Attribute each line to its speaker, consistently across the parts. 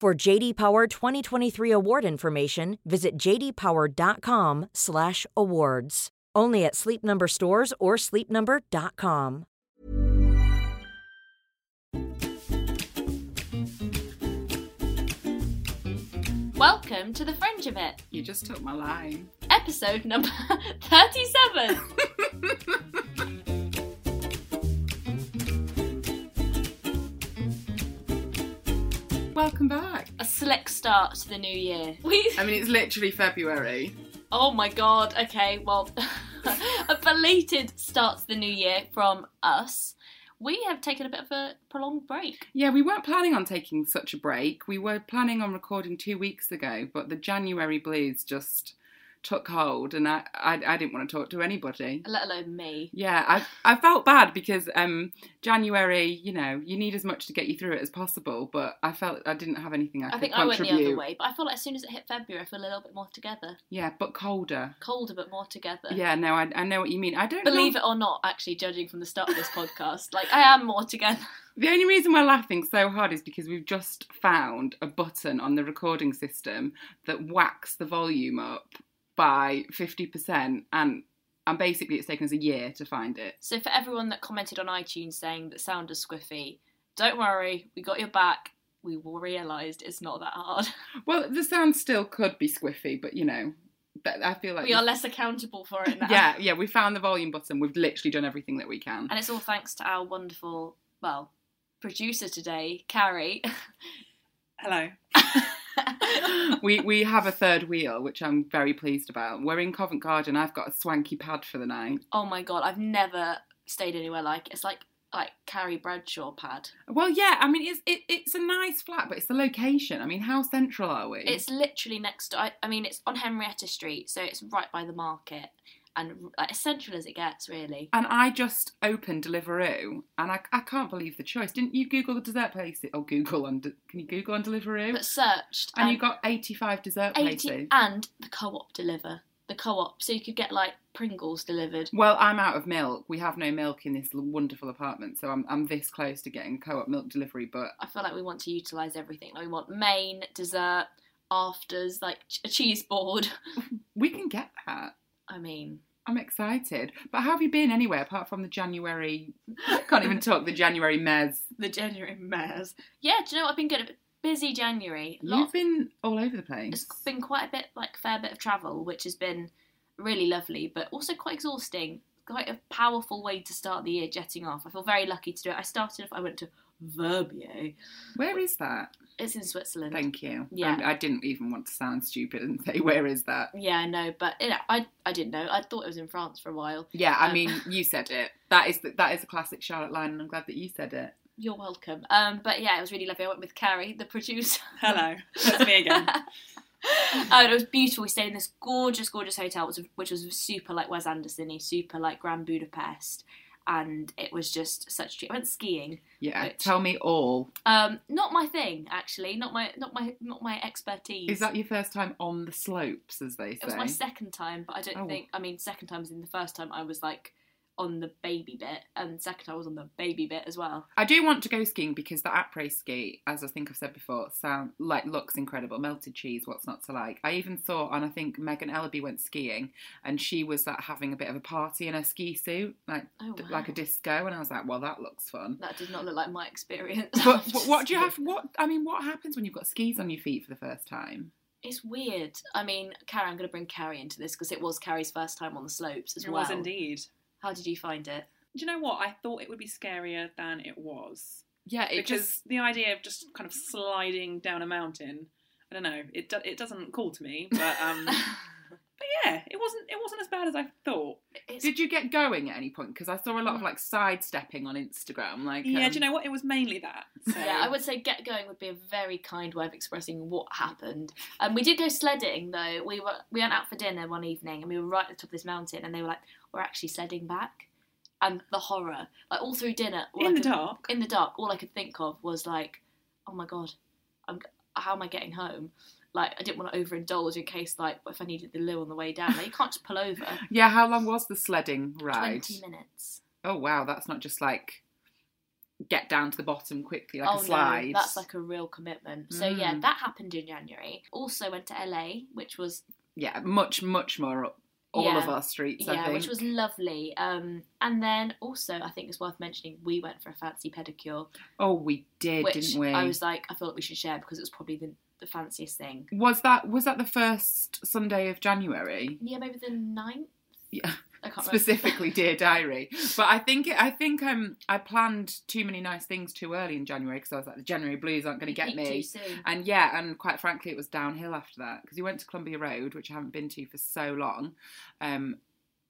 Speaker 1: For JD Power 2023 award information, visit jdpower.com/awards. Only at Sleep Number stores or sleepnumber.com.
Speaker 2: Welcome to the Fringe of It,
Speaker 3: You just took my line.
Speaker 2: episode number 37.
Speaker 3: Welcome back.
Speaker 2: A slick start to the new year. We,
Speaker 3: I mean, it's literally February.
Speaker 2: oh my god, okay, well, a belated start to the new year from us. We have taken a bit of a prolonged break.
Speaker 3: Yeah, we weren't planning on taking such a break. We were planning on recording two weeks ago, but the January blues just took hold, and I, I, I didn't want to talk to anybody.
Speaker 2: Let alone me.
Speaker 3: Yeah, I, I felt bad because um, January, you know, you need as much to get you through it as possible, but I felt I didn't have anything I,
Speaker 2: I
Speaker 3: could
Speaker 2: think I went
Speaker 3: contribute.
Speaker 2: the other way, but I feel like as soon as it hit February, I feel a little bit more together.
Speaker 3: Yeah, but colder.
Speaker 2: Colder, but more together.
Speaker 3: Yeah, no, I, I know what you mean. I don't
Speaker 2: Believe
Speaker 3: know,
Speaker 2: it or not, actually, judging from the start of this podcast, like I am more together.
Speaker 3: The only reason we're laughing so hard is because we've just found a button on the recording system that whacks the volume up by 50%, and and basically it's taken us a year to find it.
Speaker 2: So for everyone that commented on iTunes saying that sound is squiffy, don't worry, we got your back. We realised it's not that hard.
Speaker 3: Well, the sound still could be squiffy, but you know, that, I feel like
Speaker 2: We are less accountable for it now.
Speaker 3: Yeah, yeah, we found the volume button. We've literally done everything that we can.
Speaker 2: And it's all thanks to our wonderful, well, producer today, Carrie.
Speaker 3: Hello. we we have a third wheel, which I'm very pleased about. We're in Covent Garden. I've got a swanky pad for the night.
Speaker 2: oh my god, I've never stayed anywhere like it's like like Carrie Bradshaw pad.
Speaker 3: Well, yeah, I mean, it's it, it's a nice flat, but it's the location. I mean, how central are we?
Speaker 2: It's literally next to I, I mean it's on Henrietta Street, so it's right by the market and like, as central as it gets really.
Speaker 3: and I just opened Deliveroo, and I, I can't believe the choice. Didn't you Google the dessert places? Or Google on de- can you Google on Deliveroo?
Speaker 2: But searched
Speaker 3: and you got eighty five dessert
Speaker 2: 80
Speaker 3: places.
Speaker 2: and the co-op deliver the co-op so you could get like pringles delivered
Speaker 3: Well, I'm out of milk. We have no milk in this l- wonderful apartment, so I'm I'm this close to getting co-op milk delivery. But
Speaker 2: i feel like we want to utilize everything like we want main dessert afters like ch- a cheese board
Speaker 3: we can get that.
Speaker 2: i mean
Speaker 3: I'm excited. But how have you been anyway, apart from the January? I can't even talk the January mez.
Speaker 2: the january mares yeah do you know what i've been good busy january Lot
Speaker 3: You've
Speaker 2: of-
Speaker 3: been all over the
Speaker 2: it's
Speaker 3: place.
Speaker 2: been quite a bit like fair bit of travel which has been really lovely but also quite exhausting quite a powerful way to start the year jetting off i feel very lucky to do it i started off i went to verbier
Speaker 3: Where is that?
Speaker 2: it's in switzerland
Speaker 3: Thank you.
Speaker 2: Yeah.
Speaker 3: I, I didn't even want to sound stupid and say where is that.
Speaker 2: Yeah, I know, but you know, I I didn't know. I thought it was in France for a while.
Speaker 3: Yeah, I
Speaker 2: Um,
Speaker 3: mean, you said it. That is the, that is a classic Charlotte line, and I'm glad that you said it.
Speaker 2: You're welcome. Um, but yeah, it was really lovely. I went with Carrie, the producer.
Speaker 4: Hello, that's me again.
Speaker 2: oh, and it was beautiful. We stayed in this gorgeous, gorgeous hotel, which was, which was super like Wes Anderson-y, super like Grand Budapest, and it was just such a treat. I went skiing.
Speaker 3: Yeah,
Speaker 2: Which-
Speaker 3: tell me all.
Speaker 2: Um, not my thing, actually. Not my, not my, not my expertise.
Speaker 3: Is that your first time on the slopes, as they say?
Speaker 2: It was my second time, but I don't
Speaker 3: Oh.
Speaker 2: think. I mean, second time was in the first time. I was like, on the baby bit, and second I was on the baby bit as well.
Speaker 3: I do want to go skiing because the après ski, as I think I've said before, sound like looks incredible. Melted cheese, what's not to like? I even thought, and I think Megan Ellaby went skiing, and she was like having a bit of a party in her ski suit, like
Speaker 2: Oh,
Speaker 3: d-
Speaker 2: wow.
Speaker 3: like a disco, and I was like, well, that looks fun.
Speaker 2: That did not look like my experience.
Speaker 3: But what, what do you have? What I mean, what happens when you've got skis on your feet for the first time?
Speaker 2: It's weird. I mean, Carrie, I'm going to bring Carrie into this because it was Carrie's first time on the slopes as
Speaker 4: It
Speaker 2: well.
Speaker 4: was indeed.
Speaker 2: How did you find it?
Speaker 4: Do you know what? I thought it would be scarier than it was.
Speaker 3: Yeah, it
Speaker 4: because
Speaker 3: just
Speaker 4: the idea of just kind of sliding down a mountain, I don't know, it do- it doesn't call to me. But um, but yeah, it wasn't it wasn't as bad as I thought.
Speaker 2: It's, Mm.
Speaker 3: Did you get going at any point? Because I saw a lot of like sidestepping on Instagram. Like,
Speaker 4: Yeah,
Speaker 3: um,
Speaker 4: do you know what? It was mainly that. So.
Speaker 2: yeah, I would say get going would be a very kind way of expressing what happened. Um, we did go sledding though. We were we went out for dinner one evening and we were right at the top of this mountain and they were like, "We're actually sledding back," and the horror, like all through dinner, all
Speaker 4: in
Speaker 2: I
Speaker 4: the
Speaker 2: could-
Speaker 4: dark.
Speaker 2: in the dark, all I could think of was like, oh my god, I'm, how am I getting home? Like, I didn't want to overindulge in case, like, if I needed the loo on the way down. Like, you can't just pull over.
Speaker 3: Yeah, how long was the sledding ride?
Speaker 2: 20 minutes.
Speaker 3: Oh wow, that's not just like get down to the bottom quickly like
Speaker 2: oh,
Speaker 3: a slide.
Speaker 2: no, that's like a real commitment. So, yeah,
Speaker 3: Mm.
Speaker 2: that happened in January. Also went to LA, which was,
Speaker 3: yeah, much much more up all
Speaker 2: Yeah.
Speaker 3: of our streets. I
Speaker 2: yeah,
Speaker 3: think.
Speaker 2: which was lovely. Um, and then also, I think it's worth mentioning, we went for a fancy pedicure,
Speaker 3: oh, we did,
Speaker 2: which
Speaker 3: didn't we?
Speaker 2: I was like, I feel like we should share because it was probably the, the fanciest thing.
Speaker 3: Was that was that the first Sunday of January?
Speaker 2: Yeah, maybe the ninth?
Speaker 3: Yeah.
Speaker 2: I can't remember.
Speaker 3: specifically dear diary but i think it, i think um i planned too many nice things too early in january because i was like the january blues aren't going to get
Speaker 2: Peak too
Speaker 3: me
Speaker 2: soon.
Speaker 3: and yeah and quite frankly it was downhill after that because we went to columbia road which i haven't been to for so long um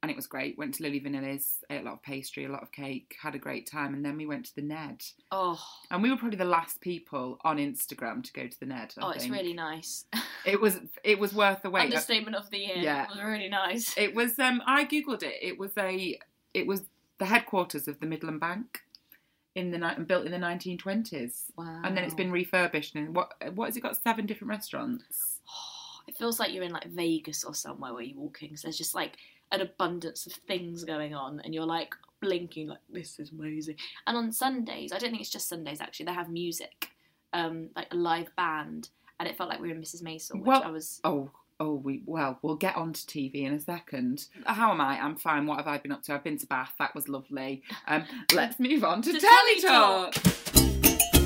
Speaker 3: and it was great went to lily vanilla's ate a lot of pastry a lot of cake had a great time and then we went to the ned
Speaker 2: Oh,
Speaker 3: and we were probably the last people on instagram to go to the ned I
Speaker 2: oh, it's
Speaker 3: think.
Speaker 2: really nice.
Speaker 3: it was it was worth the wait
Speaker 2: Understatement of the year.
Speaker 3: Yeah.
Speaker 2: It was really nice.
Speaker 3: It was. Um, I googled it. It was a. It was the headquarters of the Midland Bank, in the ni- and built in the 1920s,
Speaker 2: Wow.
Speaker 3: and then it's been refurbished. And what what has it got? Seven different restaurants.
Speaker 2: It feels like you're in like Vegas or somewhere where you're walking. So there's just like an abundance of things going on, and you're like blinking, like this is amazing. And on Sundays, I don't think it's just Sundays actually. They have music, um, like a live band, and it felt like we were in Mrs. Mason, which
Speaker 3: Well-
Speaker 2: I was.
Speaker 3: Oh. Oh, we well, we'll get on to TV in a second. How am I? I'm fine. What have I been up to? I've been to Bath. That was lovely. Um, let's move on to,
Speaker 2: To
Speaker 3: Telly
Speaker 2: Telly
Speaker 3: Talk.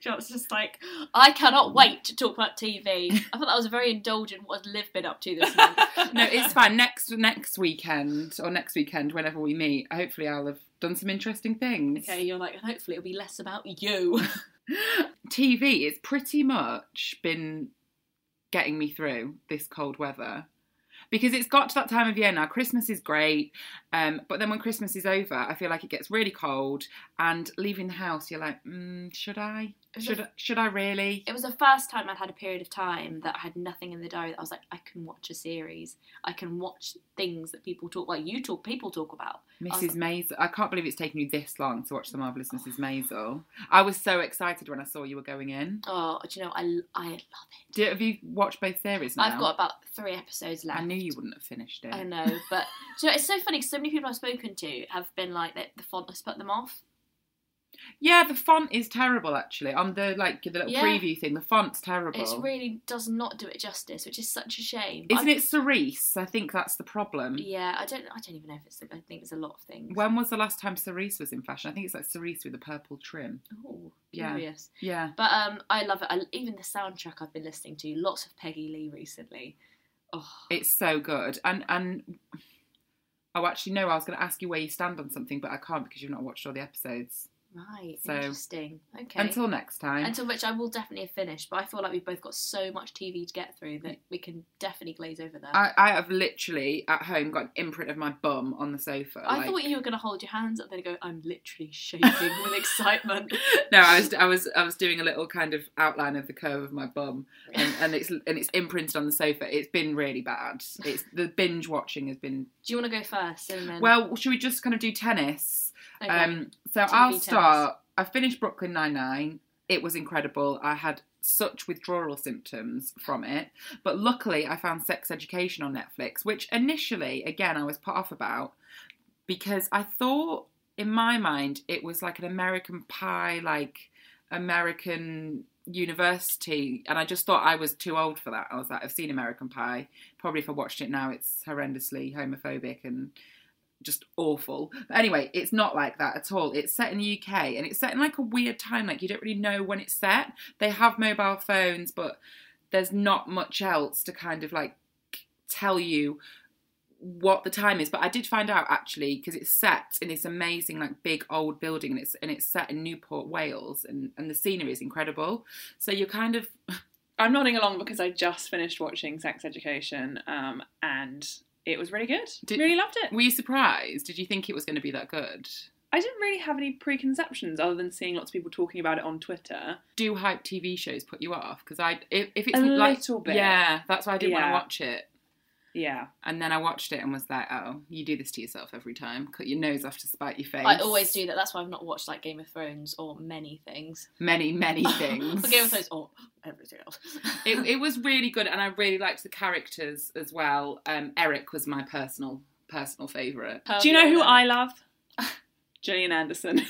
Speaker 2: John's just like, I
Speaker 3: Mm.
Speaker 2: cannot wait to talk about TV. I thought that was a very indulgent. What has Liv been up to this month?
Speaker 3: no, it's fine. Next next weekend or next weekend, whenever we meet, hopefully I'll have done some interesting things.
Speaker 2: okay, you're like, hopefully it'll be less about you.
Speaker 3: TV it's pretty much been getting me through this cold weather because it's got to that time of year now. Christmas is great, um, but then when Christmas is over, I feel like it gets really cold, and leaving the house, you're like, mm, should I?
Speaker 2: Is
Speaker 3: Should
Speaker 2: it-
Speaker 3: I, should I really?
Speaker 2: It was the first time I'd had a period of time that I had nothing in the diary. That I was like, I can watch a series. I can watch things that people talk, like you talk, people talk about.
Speaker 3: Mrs. Maisel, I can't believe it's taken you this long to watch The Marvelous Mrs. Maisel. I was so excited when I saw you were going in.
Speaker 2: Oh, do you know, I, I love it.
Speaker 3: Do, have you watched both series now?
Speaker 2: I've got about three episodes left.
Speaker 3: I knew you wouldn't have finished it.
Speaker 2: I know, but do you know, it's so funny. 'cause so many people I've spoken to have been like, the, the font has put them off.
Speaker 3: Yeah, the font is terrible actually. On the like the little
Speaker 2: Yeah.
Speaker 3: preview thing, the font's terrible.
Speaker 2: It really does not do it justice, which is such a shame.
Speaker 3: Isn't
Speaker 2: I-
Speaker 3: it Cerise? I think that's the problem.
Speaker 2: Yeah, I don't. I don't even know if it's. I think it's a lot of things.
Speaker 3: When was the last time Cerise was in fashion? I think it's like Cerise with a purple trim.
Speaker 2: Ooh,
Speaker 3: Yeah.
Speaker 2: curious.
Speaker 3: Yeah.
Speaker 2: But um, I love it. I, even the soundtrack I've been listening to, lots of Peggy Lee recently. Oh,
Speaker 3: It's so good. And and oh actually no, I was gonna ask you where you stand on something, but I can't because you've not watched all the episodes.
Speaker 2: right,
Speaker 3: So-
Speaker 2: interesting. Okay.
Speaker 3: Until next time.
Speaker 2: Until which I will definitely have finished, but I feel like we've both got so much TV to get through that we can definitely glaze over that. I,
Speaker 3: I, I have literally at home got an imprint of my bum on the sofa. like-
Speaker 2: thought you were going to hold your hands up and go, I'm literally shaking with excitement.
Speaker 3: No, I was I was I was doing a little kind of outline of the curve of my bum, and, and it's and it's imprinted on the sofa. It's been really bad. It's the binge watching has been.
Speaker 2: Do you want to go first? And then,
Speaker 3: Well, should we just kind of do tennis?
Speaker 2: okay.
Speaker 3: Um, so
Speaker 2: TV
Speaker 3: I'll
Speaker 2: tennis.
Speaker 3: start. I finished Brooklyn Nine Nine. It was incredible. I had such withdrawal symptoms from it, but luckily I found Sex Education on Netflix, which initially, again, I was put off about. because I thought in my mind it was like an American Pie, like American university, and I just thought I was too old for that. I was like, I've seen American Pie. Probably if I watched it now, it's horrendously homophobic and just awful. But anyway, it's not like that at all. It's set in the UK and it's set in like a weird time, like you don't really know when it's set. They have mobile phones, but there's not much else to kind of like tell you what the time is but i did find out actually because it's set in this amazing like big old building and it's and it's set in newport wales and and the scenery is incredible so you're kind of
Speaker 4: I'm nodding along because I just finished watching Sex Education, um, and it was really good.
Speaker 3: Did-
Speaker 4: really loved it.
Speaker 3: were you surprised did you think it was going to be that good
Speaker 4: I didn't really have any preconceptions other than seeing lots of people talking about it on Twitter.
Speaker 3: do hype tv shows put you off because i if, if it's
Speaker 4: A
Speaker 3: like
Speaker 4: little bit.
Speaker 3: yeah that's why i didn't
Speaker 4: Yeah.
Speaker 3: want to watch it
Speaker 4: Yeah,
Speaker 3: and then i watched it and was like oh you do this to yourself every time cut your nose off to spite your face
Speaker 2: I always do that. That's why I've not watched like Game of Thrones or many things.
Speaker 3: many many things
Speaker 2: Or Game of Thrones or everything else.
Speaker 3: it, it was really good and i really liked the characters as well um eric was my personal personal favorite
Speaker 4: Do you know who I love? Gillian Anderson.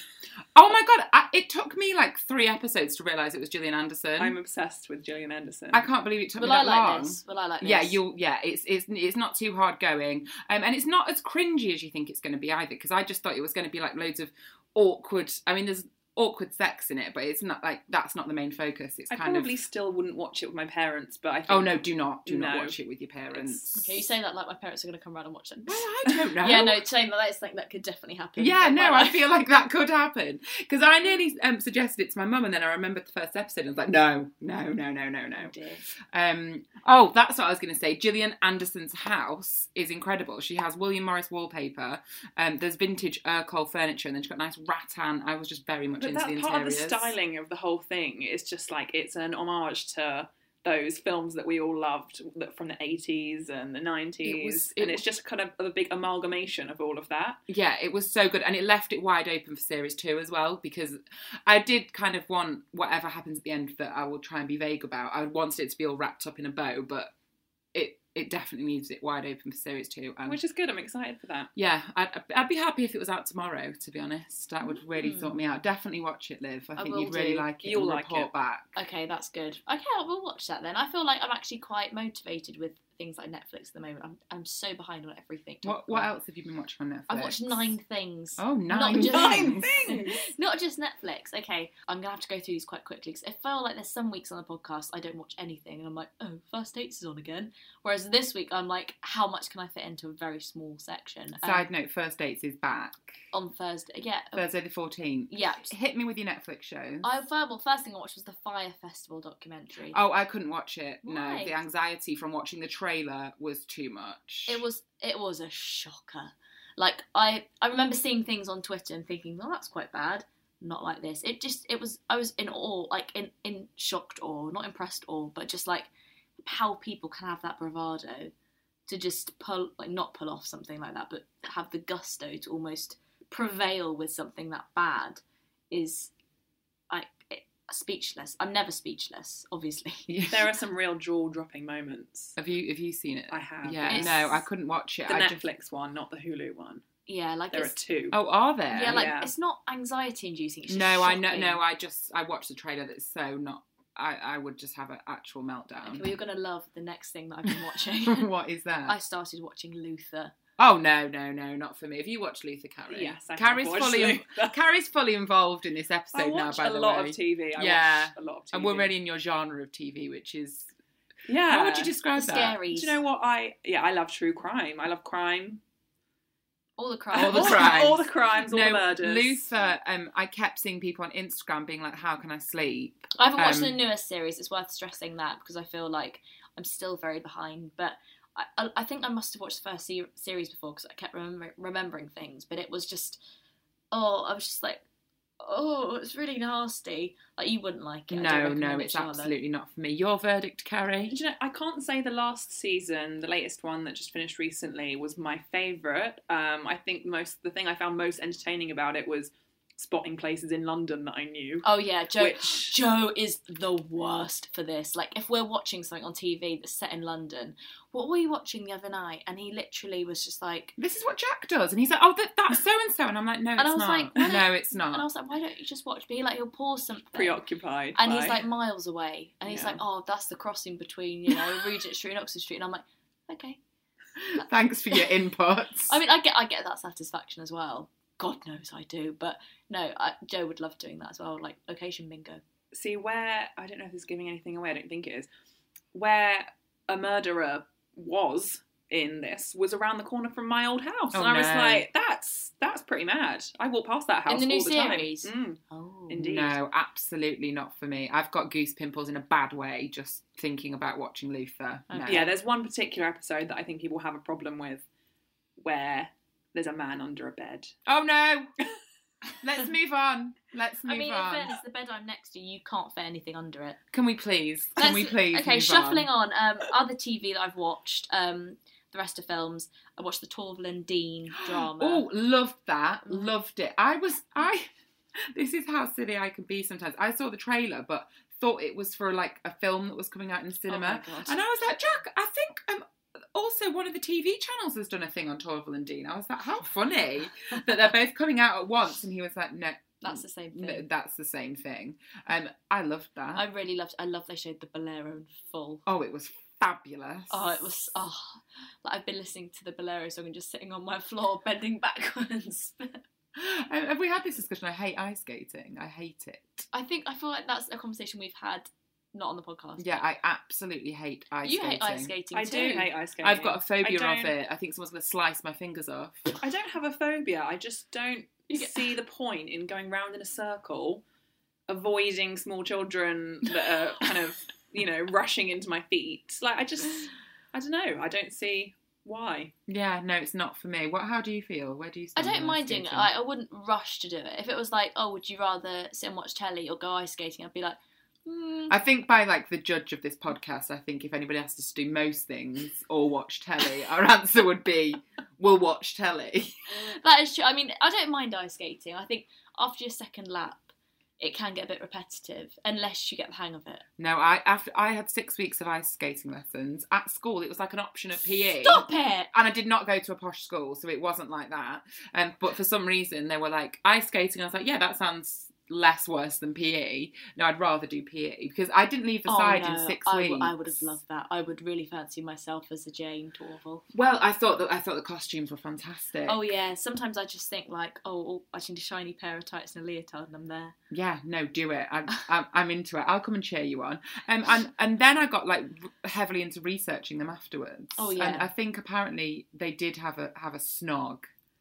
Speaker 3: oh my god I, it took me like three episodes to realize it was gillian anderson
Speaker 4: I'm obsessed with Gillian Anderson.
Speaker 3: i can't believe it took
Speaker 2: Will
Speaker 3: me
Speaker 2: I
Speaker 3: that
Speaker 2: like
Speaker 3: long
Speaker 2: this? Will I like this?
Speaker 3: yeah you'll yeah it's it's it's not too hard going um and it's not as cringy as you think it's going to be either because i just thought it was going to be like loads of awkward i mean there's awkward sex in it but it's not like that's not the main focus it's
Speaker 4: I
Speaker 3: kind
Speaker 4: probably
Speaker 3: of
Speaker 4: still wouldn't watch it with my parents, but I think
Speaker 3: oh no do not do not
Speaker 4: No.
Speaker 3: watch it with your parents
Speaker 2: Okay, you say that like my parents are going to come round and watch it.
Speaker 3: well i don't know
Speaker 2: Yeah, no, saying that that's like that could definitely happen.
Speaker 3: Yeah,
Speaker 2: in my
Speaker 3: no, I
Speaker 2: life.
Speaker 3: feel like that could happen because I nearly um, suggested it to my mum, and then I remembered the first episode and was like, no, no, no, no, no, no.
Speaker 2: Dear.
Speaker 3: Um, oh, that's what I was going to say. Gillian Anderson's house is incredible. She has William Morris wallpaper. Um, there's vintage Urkel furniture, and then she's got nice rattan. I was just very much
Speaker 4: But
Speaker 3: into
Speaker 4: that
Speaker 3: the interiors.
Speaker 4: part of the styling of the whole thing is just like it's an homage to those films that we all loved that from the 80s and the 90s,
Speaker 3: it
Speaker 4: and it's
Speaker 3: was-
Speaker 4: just kind of a big amalgamation of all of that.
Speaker 3: Yeah, it was so good, and it left it wide open for series two as well. Because I did kind of want whatever happens at the end that I will try and be vague about. I wanted it to be all wrapped up in a bow, but it it definitely leaves it wide open for series two. And
Speaker 4: Which is good. I'm excited for that.
Speaker 3: yeah, I'd, I'd be happy if it was out tomorrow. To be honest, that would really
Speaker 2: Mm.
Speaker 3: sort me out. Definitely watch it, Liv. I
Speaker 2: I
Speaker 3: think
Speaker 2: will
Speaker 3: you'd really
Speaker 2: do.
Speaker 3: like it.
Speaker 4: You'll
Speaker 3: and
Speaker 4: like
Speaker 3: report
Speaker 4: it.
Speaker 3: back.
Speaker 2: Okay, that's good. Okay, I will watch that then. I feel like I'm actually quite motivated with things like Netflix at the moment. I'm, I'm so behind on everything.
Speaker 3: What what else have you been watching on Netflix?
Speaker 2: I've watched nine things.
Speaker 3: Oh,
Speaker 2: Not
Speaker 3: nine
Speaker 2: just-
Speaker 3: nine
Speaker 2: Not just Netflix. Okay, I'm gonna have to go through these quite quickly because I feel like there's some weeks on the podcast I don't watch anything and I'm like, oh, First Dates is on again. Whereas this week I'm like, how much can I fit into a very small section? Um,
Speaker 3: Side note: First Dates is back
Speaker 2: on Thursday, yeah,
Speaker 3: Thursday the fourteenth.
Speaker 2: yeah.
Speaker 3: Hit me with your Netflix shows.
Speaker 2: I verbal first thing I watched was the Fire Festival documentary.
Speaker 3: Oh, I couldn't watch it.
Speaker 2: Why?
Speaker 3: No, the anxiety from watching the trailer was too much.
Speaker 2: It was it was a shocker. Like I I remember seeing things on Twitter and thinking, well, that's quite bad. Not like this. It just it was I was in awe, like in in shocked awe, not impressed awe, but just like how people can have that bravado to just pull like not pull off something like that, but have the gusto to almost prevail with something that bad is I it, speechless. I'm never speechless, obviously.
Speaker 3: Yeah.
Speaker 4: There are some real jaw dropping moments.
Speaker 3: Have you have you seen it?
Speaker 4: I have.
Speaker 3: Yeah,
Speaker 2: It's-
Speaker 3: no, I couldn't watch it.
Speaker 4: The
Speaker 3: Oh, I just-
Speaker 4: Netflix one, not the Hulu one.
Speaker 2: Yeah, like
Speaker 4: There are
Speaker 2: it's,
Speaker 4: two.
Speaker 3: Oh, are there?
Speaker 2: yeah, like
Speaker 4: Yeah.
Speaker 2: it's not anxiety inducing. It's just
Speaker 3: no, I know.
Speaker 2: shocking.
Speaker 3: No, I just I watched the trailer. That's so not. I I would just have an actual
Speaker 2: Okay,
Speaker 3: meltdown.
Speaker 2: well, you're going to love the next thing that I've been watching.
Speaker 3: what is that?
Speaker 2: I started watching Luther.
Speaker 3: Oh no, no, no, not for me. Have you watched Luther Carey?
Speaker 4: Yes, I have
Speaker 3: Carrie's
Speaker 4: watched
Speaker 3: fully
Speaker 4: Luther.
Speaker 3: Carrie's fully involved in this episode
Speaker 4: I watch
Speaker 3: now. By
Speaker 4: a
Speaker 3: the
Speaker 4: lot
Speaker 3: way.
Speaker 4: of TV. I
Speaker 3: Yeah.
Speaker 4: watch a lot of TV.
Speaker 3: and we're really in your genre of TV, which is
Speaker 4: Yeah.
Speaker 3: how would you describe that?
Speaker 2: Scary.
Speaker 4: Do you know what I? Yeah, I love true crime. I love crime.
Speaker 2: All the crime.
Speaker 3: All the
Speaker 4: all,
Speaker 3: crimes.
Speaker 4: all the crimes, all the murders.
Speaker 3: Luther, um, I kept seeing people on Instagram being like, "How can I sleep?"
Speaker 2: I haven't watched
Speaker 3: um,
Speaker 2: the newest series. It's worth stressing that because I feel like I'm still very behind. But I- I, I think I must have watched the first se- series before because I kept remember- remembering things. But it was just, oh, I was just like, oh, it's really nasty. Like you wouldn't like it. I don't
Speaker 3: no,
Speaker 2: recommend
Speaker 3: no,
Speaker 2: it,
Speaker 3: it's
Speaker 2: Charlotte.
Speaker 3: absolutely not for me. Your verdict, Carrie?
Speaker 4: Do you know, I can't say the last season, the latest one that just finished recently, was my favourite. Um, I think most the thing I found most entertaining about it was spotting places in London that I knew.
Speaker 2: Oh yeah, Joe.
Speaker 4: Which-
Speaker 2: Joe is the worst for this. Like, if we're watching something on TV that's set in London, what were you watching the other night? And he literally was just like,
Speaker 3: This is what Jack does, and he's like, "Oh, that, that's so and so," and I'm like, "No,
Speaker 2: And I
Speaker 3: it's
Speaker 2: was
Speaker 3: not.
Speaker 2: like, why
Speaker 3: no,
Speaker 2: not?
Speaker 3: it's not."
Speaker 2: and I was like, why don't you just watch? But he like he'll pause something.
Speaker 4: Preoccupied.
Speaker 2: And he's
Speaker 4: by-
Speaker 2: like miles away, and he's
Speaker 4: Yeah.
Speaker 2: like, "Oh, that's the crossing between you know Regent Street and Oxford Street." And I'm like, "Okay."
Speaker 3: Thanks for your inputs.
Speaker 2: I mean, I get I get that satisfaction as well. God knows I do, but no, I, Joe would love doing that as well, like location bingo.
Speaker 4: see where I don't know if this is giving anything away. I don't think it is. Where a murderer was in this was around the corner from my old house,
Speaker 3: Oh,
Speaker 4: and I was
Speaker 3: no.
Speaker 4: like, "That's that's pretty mad." I walk past that house
Speaker 2: the new
Speaker 4: all the time.
Speaker 2: series?
Speaker 4: Mm.
Speaker 2: Oh,
Speaker 4: Indeed.
Speaker 3: No, absolutely not for me. I've got goose pimples in a bad way just thinking about watching Luther. No.
Speaker 4: Yeah, there's one particular episode that I think people have a problem with, where there's a man under a bed.
Speaker 3: Oh no. Let's move on. Let's move
Speaker 2: I mean, in
Speaker 3: on.
Speaker 2: fairness, the bed I'm next to, you can't fit anything under it.
Speaker 3: Can we please? Can we
Speaker 2: Let's-
Speaker 3: please?
Speaker 2: Okay,
Speaker 3: move
Speaker 2: shuffling on. Um, other TV that I've watched, um, the rest of films. I watched the Torvald Dean drama.
Speaker 3: Oh, loved that. Loved it. I was I this is how silly I can be sometimes. I saw the trailer but thought it was for like a film that was coming out in cinema.
Speaker 2: Oh my God.
Speaker 3: and I was like, Jack, I think um also one of the TV channels has done a thing on Torval and Dean. I was like, how funny that they're both coming out at once and he was like, No
Speaker 2: That's the same thing.
Speaker 3: no, that's the same thing. Um I loved that.
Speaker 2: I really loved. I love they showed the bolero in full.
Speaker 3: Oh, it was fabulous.
Speaker 2: Oh, it was. Oh, like I've been listening to the bolero song and just sitting on my floor, bending backwards.
Speaker 3: Um, have we had this discussion? I hate ice skating. I hate it.
Speaker 2: I think I feel like that's a conversation we've had, not on the podcast.
Speaker 3: Yeah, I absolutely hate ice
Speaker 2: you
Speaker 3: skating.
Speaker 2: hate ice skating.
Speaker 4: I
Speaker 2: too.
Speaker 4: do hate ice skating.
Speaker 3: I've got a phobia
Speaker 4: I
Speaker 3: of
Speaker 4: don't-
Speaker 3: it. I think someone's going to slice my fingers off.
Speaker 4: I don't have a phobia. I just don't
Speaker 2: You get-
Speaker 4: see the point in going round in a circle, avoiding small children that are kind of, you know, rushing into my feet. Like I just, I don't know. I don't see why.
Speaker 3: Yeah, no, it's not for me. What? How do you feel? Where do you?
Speaker 2: I
Speaker 3: Stand
Speaker 2: don't
Speaker 3: on
Speaker 2: mind
Speaker 3: ice
Speaker 2: doing it.
Speaker 3: skating?
Speaker 2: Like, I wouldn't rush to do it. If it was like, oh, would you rather sit and watch telly or go ice skating? I'd be like, mm,
Speaker 3: I think by like the judge of this podcast, I think if anybody has to do most things or watch telly, our answer would be we'll watch telly.
Speaker 2: that is true. I mean, I don't mind ice skating. I think after your second lap, it can get a bit repetitive unless you get the hang of it.
Speaker 3: No, I after I had six weeks of ice skating lessons at school. It was like an option at PE.
Speaker 2: Stop it!
Speaker 3: and I did not go to a posh school, so it wasn't like that. Um, but for some reason, they were like ice skating. I was like, yeah, that sounds less worse than PE. No, I'd rather do PE because I didn't leave the side in six
Speaker 2: Oh, I
Speaker 3: weeks.
Speaker 2: w- I would have loved that. I would really fancy myself as a Jane Torval.
Speaker 3: Well, I thought that I thought the costumes were fantastic.
Speaker 2: Oh yeah. Sometimes I just think like, oh, I just need a shiny pair of tights and a leotard, and I'm there.
Speaker 3: yeah, no, do it. I'm, I'm, I'm into it. I'll come and cheer you on. Um, and and then I got like r- heavily into researching them afterwards.
Speaker 2: Oh, yeah.
Speaker 3: And I think apparently they did have a have a snog.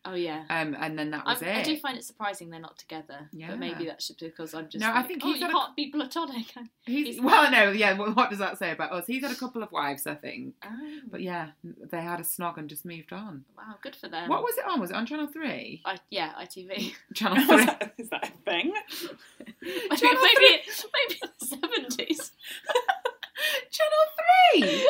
Speaker 2: Oh yeah.
Speaker 3: Um, and then that
Speaker 2: I,
Speaker 3: was it.
Speaker 2: I do find it surprising they're not together.
Speaker 3: Yeah.
Speaker 2: But maybe that's just because I'm just.
Speaker 3: No, I
Speaker 2: like,
Speaker 3: think
Speaker 2: oh,
Speaker 3: he's
Speaker 2: you
Speaker 3: had a-
Speaker 2: can't be platonic.
Speaker 3: He's,
Speaker 2: He's-
Speaker 3: well, no, yeah. What, what does that say about us? He's had a couple of wives, I think. But yeah, they had a snog and just moved on.
Speaker 2: wow, good for them.
Speaker 3: what was it on? Was it on Channel Three?
Speaker 2: Um, I, yeah, ITV.
Speaker 3: Channel
Speaker 4: Is
Speaker 3: Three.
Speaker 4: that- is that a thing?
Speaker 2: maybe maybe, maybe in the seventies.
Speaker 3: Channel Three.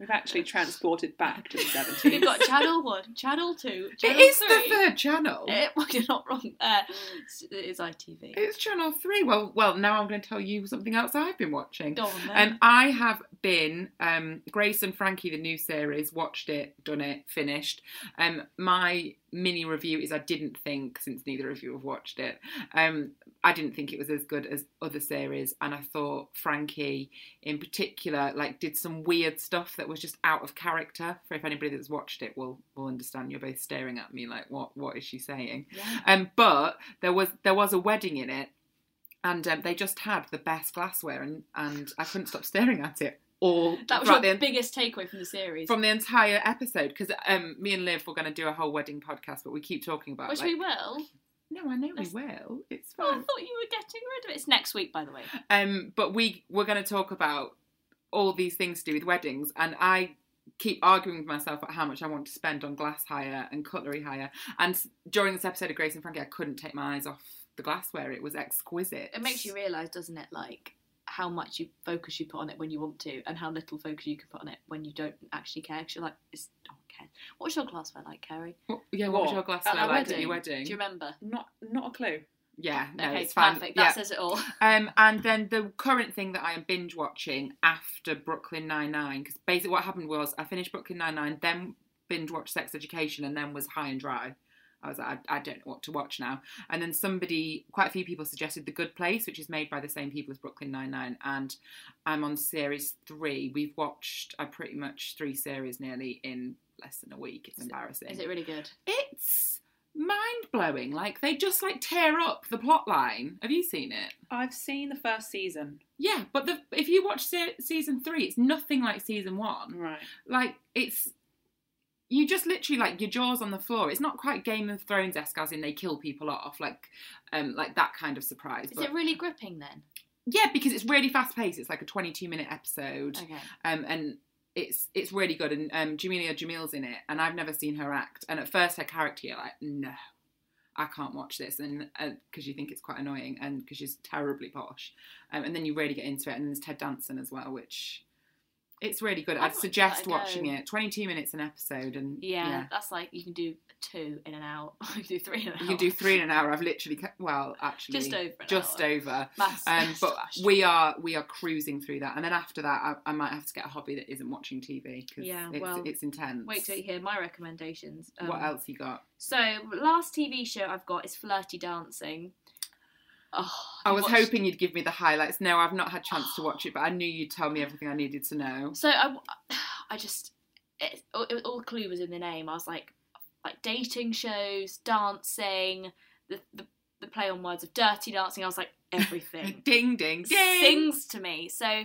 Speaker 4: We've actually transported back to the
Speaker 2: We've
Speaker 4: seventies.
Speaker 2: got Channel One, Channel Two,
Speaker 3: it
Speaker 2: Channel
Speaker 3: is
Speaker 2: Three.
Speaker 3: the third channel.
Speaker 2: Eh, well, you're not wrong there. It's- It is ITV.
Speaker 3: It's Channel Three. Well, well. Now I'm going to tell you something else I've been watching.
Speaker 2: Go on then.
Speaker 3: Um, I have been um, Grace and Frankie, the new series. Watched it, done it, finished. Um, my mini review is I didn't think, since neither of you have watched it, um, I didn't think it was as good as other series, and I thought Frankie, in particular, like did some weird stuff that was just out of character. For if anybody that's watched it will will understand, you're both staring at me like, what what is she saying?
Speaker 2: Yeah.
Speaker 3: Um, but there was there was a wedding in it, and um, they just had the best glassware, and, and I couldn't stop staring at it all
Speaker 2: that was
Speaker 3: throughout
Speaker 2: your
Speaker 3: the en-
Speaker 2: biggest takeaway from the series,
Speaker 3: from the entire episode because um, me and Liv were going to do a whole wedding podcast, but we keep talking about
Speaker 2: which
Speaker 3: like,
Speaker 2: we will.
Speaker 3: no, I know we
Speaker 2: Let's-
Speaker 3: will. It's
Speaker 2: Oh, I
Speaker 3: fine.
Speaker 2: thought you were getting rid of it. It's next week, by the way.
Speaker 3: Um, but we we're going to talk about all these things to do with weddings, and I keep arguing with myself about how much I want to spend on glass hire and cutlery hire. And s- during this episode of Grace and Frankie, I couldn't take my eyes off the glassware; it was exquisite.
Speaker 2: It makes you realise, doesn't it, like how much you focus you put on it when you want to, and how little focus you can put on it when you don't actually care. Because you're like, it's, I don't care. What's your glassware like, Carrie?
Speaker 3: What- yeah, what, was
Speaker 4: What?
Speaker 3: your glassware
Speaker 4: At our
Speaker 3: like at your wedding?
Speaker 2: Do you remember?
Speaker 4: Not not a clue.
Speaker 3: Yeah, no,
Speaker 2: okay,
Speaker 3: it's fine.
Speaker 2: perfect. That
Speaker 3: Yeah.
Speaker 2: says it all.
Speaker 3: Um, and then the current thing that I am binge watching after Brooklyn Nine Nine, because basically what happened was I finished Brooklyn Nine Nine, then binge watched Sex Education, and then was High and Dry. I was like, I, I don't know what to watch now. And then somebody, quite a few people suggested The Good Place, which is made by the same people as Brooklyn Nine Nine, and I'm on series three. We've watched, I pretty much three series nearly in less than a week. It's
Speaker 2: Is it-
Speaker 3: embarrassing
Speaker 2: Is it really good?
Speaker 3: it's mind blowing. Like they just like tear up the plot line. Have you seen it?
Speaker 4: I've seen the first season.
Speaker 3: Yeah, but the, if you watch se- season three, it's nothing like season one.
Speaker 4: Right.
Speaker 3: Like it's you just literally like your jaws on the floor. It's not quite Game of Thrones esque, as in they kill people off, like um like that kind of surprise.
Speaker 2: Is
Speaker 3: but-
Speaker 2: it really gripping then?
Speaker 3: yeah, because it's really fast paced. It's like a twenty two minute episode
Speaker 2: Okay.
Speaker 3: um, and it's it's really good. And um, Jamelia Jamil's in it, and I've never seen her act. And at first, her character, you're like, no, I can't watch this, and because you think it's quite annoying, and because she's terribly posh, um, and then you really get into it. And there's Ted Danson as well, which it's really good.
Speaker 2: I
Speaker 3: I'd
Speaker 2: might
Speaker 3: suggest
Speaker 2: give that a
Speaker 3: watching
Speaker 2: go.
Speaker 3: it. 22 minutes an episode, and
Speaker 2: Yeah, that's like you can do two in an hour. you can do three in an hour.
Speaker 3: You can do three in an hour. I've literally, ca- well, actually,
Speaker 2: Oh. Just over an
Speaker 3: just
Speaker 2: hour.
Speaker 3: over.
Speaker 2: That's-
Speaker 3: Um,
Speaker 2: that's
Speaker 3: but
Speaker 2: smashed.
Speaker 3: we are we are cruising through that, and then after that, I, I might have to get a hobby that isn't watching TV because
Speaker 2: Yeah,
Speaker 3: it's,
Speaker 2: well,
Speaker 3: it's intense.
Speaker 2: Wait till you hear my recommendations. Um,
Speaker 3: what else you got?
Speaker 2: So last TV show I've got is Flirty Dancing. Oh,
Speaker 3: I
Speaker 2: you
Speaker 3: was
Speaker 2: watched-
Speaker 3: hoping you'd give me the highlights. No, I've not had chance to watch it, but I knew you'd tell me everything I needed to know.
Speaker 2: So I, I just, it, it, was- all clue was in the name. I was like, like dating shows, dancing, the the, the play on words of dirty dancing. I was like everything.
Speaker 3: Ding, ding, ding.
Speaker 2: sings to me. So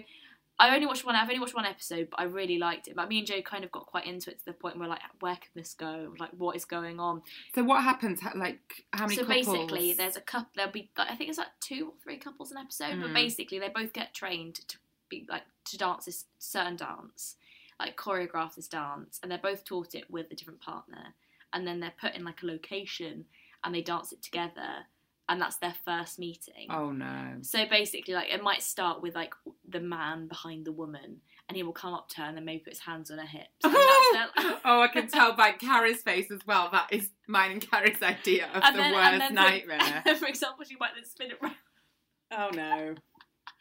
Speaker 2: I only watched one. I've only watched one episode, but I really liked it. Like me and Joe kind of got quite into it to the point where like, where can this go? Like, what is going on?
Speaker 3: So what happens? How- Like how many
Speaker 2: so
Speaker 3: couples?
Speaker 2: basically, there's a couple. There'll be like, I think it's like two or three couples an episode, but
Speaker 3: Mm.
Speaker 2: basically they both get trained to be like to dance this certain dance, like choreograph this dance, and they're both taught it with a different partner, and then they're put in like a location and they dance it together, and that's their first meeting.
Speaker 3: Oh no.
Speaker 2: So basically, like it might start with like the man behind the woman, and he will come up to her and then maybe put his hands on her hips. And that's their-
Speaker 3: oh, I can tell by Carrie's face as well. That is mine and Carrie's idea of
Speaker 2: and
Speaker 3: the
Speaker 2: then- and
Speaker 3: worst
Speaker 2: then for-
Speaker 3: nightmare.
Speaker 2: for example, she might then spin it round
Speaker 4: Oh no.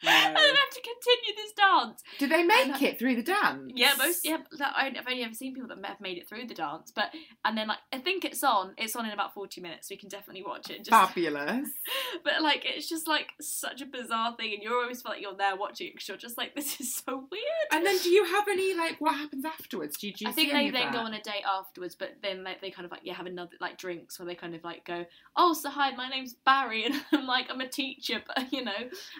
Speaker 2: and then
Speaker 4: No.
Speaker 2: have to continue this dance.
Speaker 3: Do they
Speaker 2: And
Speaker 3: make
Speaker 2: I-
Speaker 3: it through the dance?
Speaker 2: Yeah, most yeah. That, I- I've only ever seen people that have made it through the dance, but and then like I think it's on. It's on in about forty minutes. We can definitely watch it. Just,
Speaker 3: Fabulous.
Speaker 2: But like it's just like such a bizarre thing, and you always feel like you're there watching it because you're just like this is so weird.
Speaker 3: And then, do you have any like what happens afterwards? Do you, do you
Speaker 2: I think
Speaker 3: see
Speaker 2: they
Speaker 3: any of
Speaker 2: then
Speaker 3: that?
Speaker 2: go on a date afterwards, but then like, they kind of like yeah have another like drinks where they kind of like go, oh so hi my name's Barry and I'm like I'm a teacher, but you know,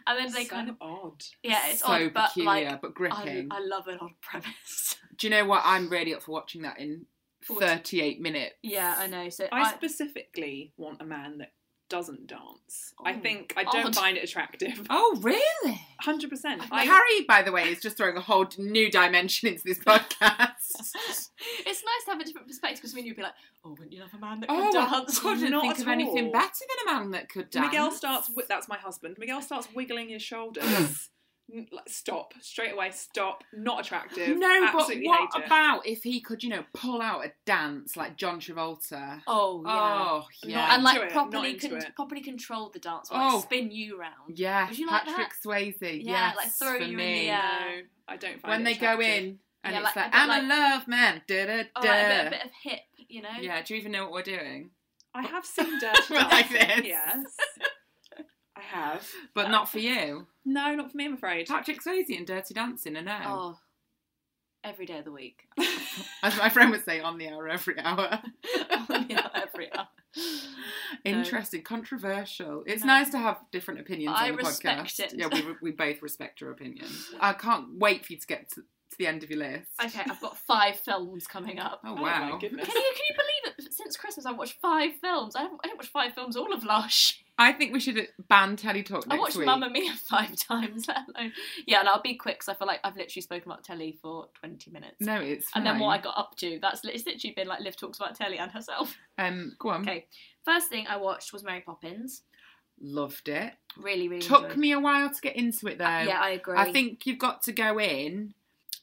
Speaker 2: and then they
Speaker 4: So
Speaker 2: kind of
Speaker 4: odd.
Speaker 2: yeah it's
Speaker 3: so
Speaker 2: odd, but
Speaker 3: peculiar,
Speaker 2: like
Speaker 3: but
Speaker 2: I,
Speaker 3: gripping.
Speaker 2: I love an odd premise.
Speaker 3: Do you know what? I'm really up for watching that in
Speaker 2: Forty-
Speaker 3: 38 minutes.
Speaker 2: yeah, I know. So
Speaker 4: I
Speaker 2: I,
Speaker 4: specifically want a man that doesn't dance. I
Speaker 2: Oh,
Speaker 4: think I don't
Speaker 2: odd.
Speaker 4: find it attractive.
Speaker 3: Oh, really?
Speaker 4: Hundred percent.
Speaker 3: Harry, by the way, is just throwing a whole new dimension into this podcast.
Speaker 2: it's nice to have a different perspective because when you'd be like, oh wouldn't you love a man that
Speaker 3: oh,
Speaker 2: can
Speaker 3: I
Speaker 2: dance?
Speaker 3: couldn't
Speaker 4: Not
Speaker 3: think
Speaker 4: at
Speaker 3: of anything
Speaker 4: all.
Speaker 3: better than a man that could dance.
Speaker 4: Miguel starts. Wi- that's my husband. Miguel starts wiggling his shoulders. N- like, stop straight away. Stop. Not attractive.
Speaker 3: No, but
Speaker 4: Absolutely
Speaker 3: what
Speaker 4: hate it.
Speaker 3: about if he could, you know, pull out a dance like John Travolta?
Speaker 2: Oh yeah.
Speaker 3: Oh, yeah.
Speaker 4: Not
Speaker 2: and like
Speaker 4: into it, not
Speaker 2: properly
Speaker 4: into
Speaker 2: con-
Speaker 4: it.
Speaker 2: properly control the dance, or, like,
Speaker 3: Oh.
Speaker 2: spin you round.
Speaker 3: Yes,
Speaker 2: Would you like
Speaker 3: Patrick Swayze.
Speaker 2: Yeah,
Speaker 3: yes,
Speaker 2: like throw
Speaker 3: for
Speaker 2: you in
Speaker 3: me.
Speaker 2: the air.
Speaker 4: No, I don't find
Speaker 3: When
Speaker 4: it
Speaker 3: they go
Speaker 4: attractive.
Speaker 3: in and
Speaker 2: Yeah,
Speaker 3: it's
Speaker 2: like-
Speaker 3: like,
Speaker 2: a bit
Speaker 3: I'm a
Speaker 2: like-
Speaker 3: love man. Da da
Speaker 2: Oh,
Speaker 3: da.
Speaker 2: like, a, bit, a bit of hip, you know.
Speaker 3: Yeah, do you even know what we're doing?
Speaker 4: I have seen Dirty
Speaker 3: Like
Speaker 4: Dancing,
Speaker 3: this.
Speaker 4: Yes, I have.
Speaker 3: But
Speaker 2: uh,
Speaker 3: not for you.
Speaker 4: No, not for me. I'm afraid.
Speaker 3: Patrick Swayze and Dirty Dancing, I know.
Speaker 2: Oh, every day of the week.
Speaker 3: As my friend would say, on the hour, every hour.
Speaker 2: Yeah, every hour.
Speaker 3: Interesting, controversial. It's
Speaker 2: No.
Speaker 3: nice to have different opinions
Speaker 2: I
Speaker 3: on the
Speaker 2: respect
Speaker 3: podcast.
Speaker 2: it.
Speaker 3: Yeah, we, we both respect your opinion. I can't wait for you to get to, to the end of your list.
Speaker 2: Okay, I've got five films coming up.
Speaker 3: Oh,
Speaker 4: Oh
Speaker 3: wow.
Speaker 4: my goodness.
Speaker 2: Can you can you believe it? Since Christmas, I've watched five films. I haven't, I didn't watch five films all of last year.
Speaker 3: I think we should uh, ban Teletalk next
Speaker 2: I watched
Speaker 3: week.
Speaker 2: Mamma Mia five times. Let alone. Yeah, and I'll be quick because I feel like I've literally spoken about telly for twenty minutes.
Speaker 3: No, it's
Speaker 2: And
Speaker 3: fine.
Speaker 2: then what I got up to, that's it's literally been like Liv talks about telly and herself.
Speaker 3: Um, go on.
Speaker 2: Okay. First thing I watched was Mary Poppins.
Speaker 3: Loved it.
Speaker 2: Really, really
Speaker 3: Took
Speaker 2: enjoyed.
Speaker 3: me a while to get into it though.
Speaker 2: Yeah, I agree.
Speaker 3: I think you've got to go in,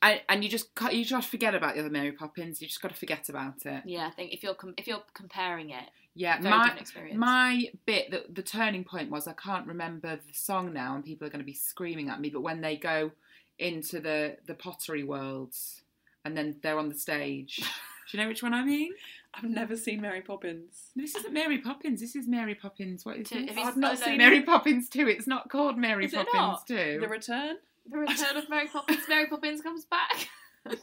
Speaker 3: and, and you just ca- you just forget about the other Mary Poppins. You just got to forget about it.
Speaker 2: Yeah, I think if you're com- if you're comparing it,
Speaker 3: Yeah,
Speaker 2: Very
Speaker 3: my,
Speaker 2: different experience.
Speaker 3: My bit, the, the turning point was I can't remember the song now, and people are going to be screaming at me. But when they go into the the pottery worlds, and then they're on the stage, do you know which one I mean?
Speaker 4: I've never seen Mary Poppins.
Speaker 3: This isn't Mary Poppins. This is Mary Poppins. What is
Speaker 2: Two- if
Speaker 3: this?
Speaker 2: it's-
Speaker 4: I've not
Speaker 2: oh, no.
Speaker 4: seen
Speaker 3: Mary Poppins Two. It's not called Mary
Speaker 4: Is it
Speaker 3: Poppins
Speaker 4: not? The
Speaker 3: Two.
Speaker 4: Return.
Speaker 2: The Return of Mary Poppins. Mary Poppins comes back.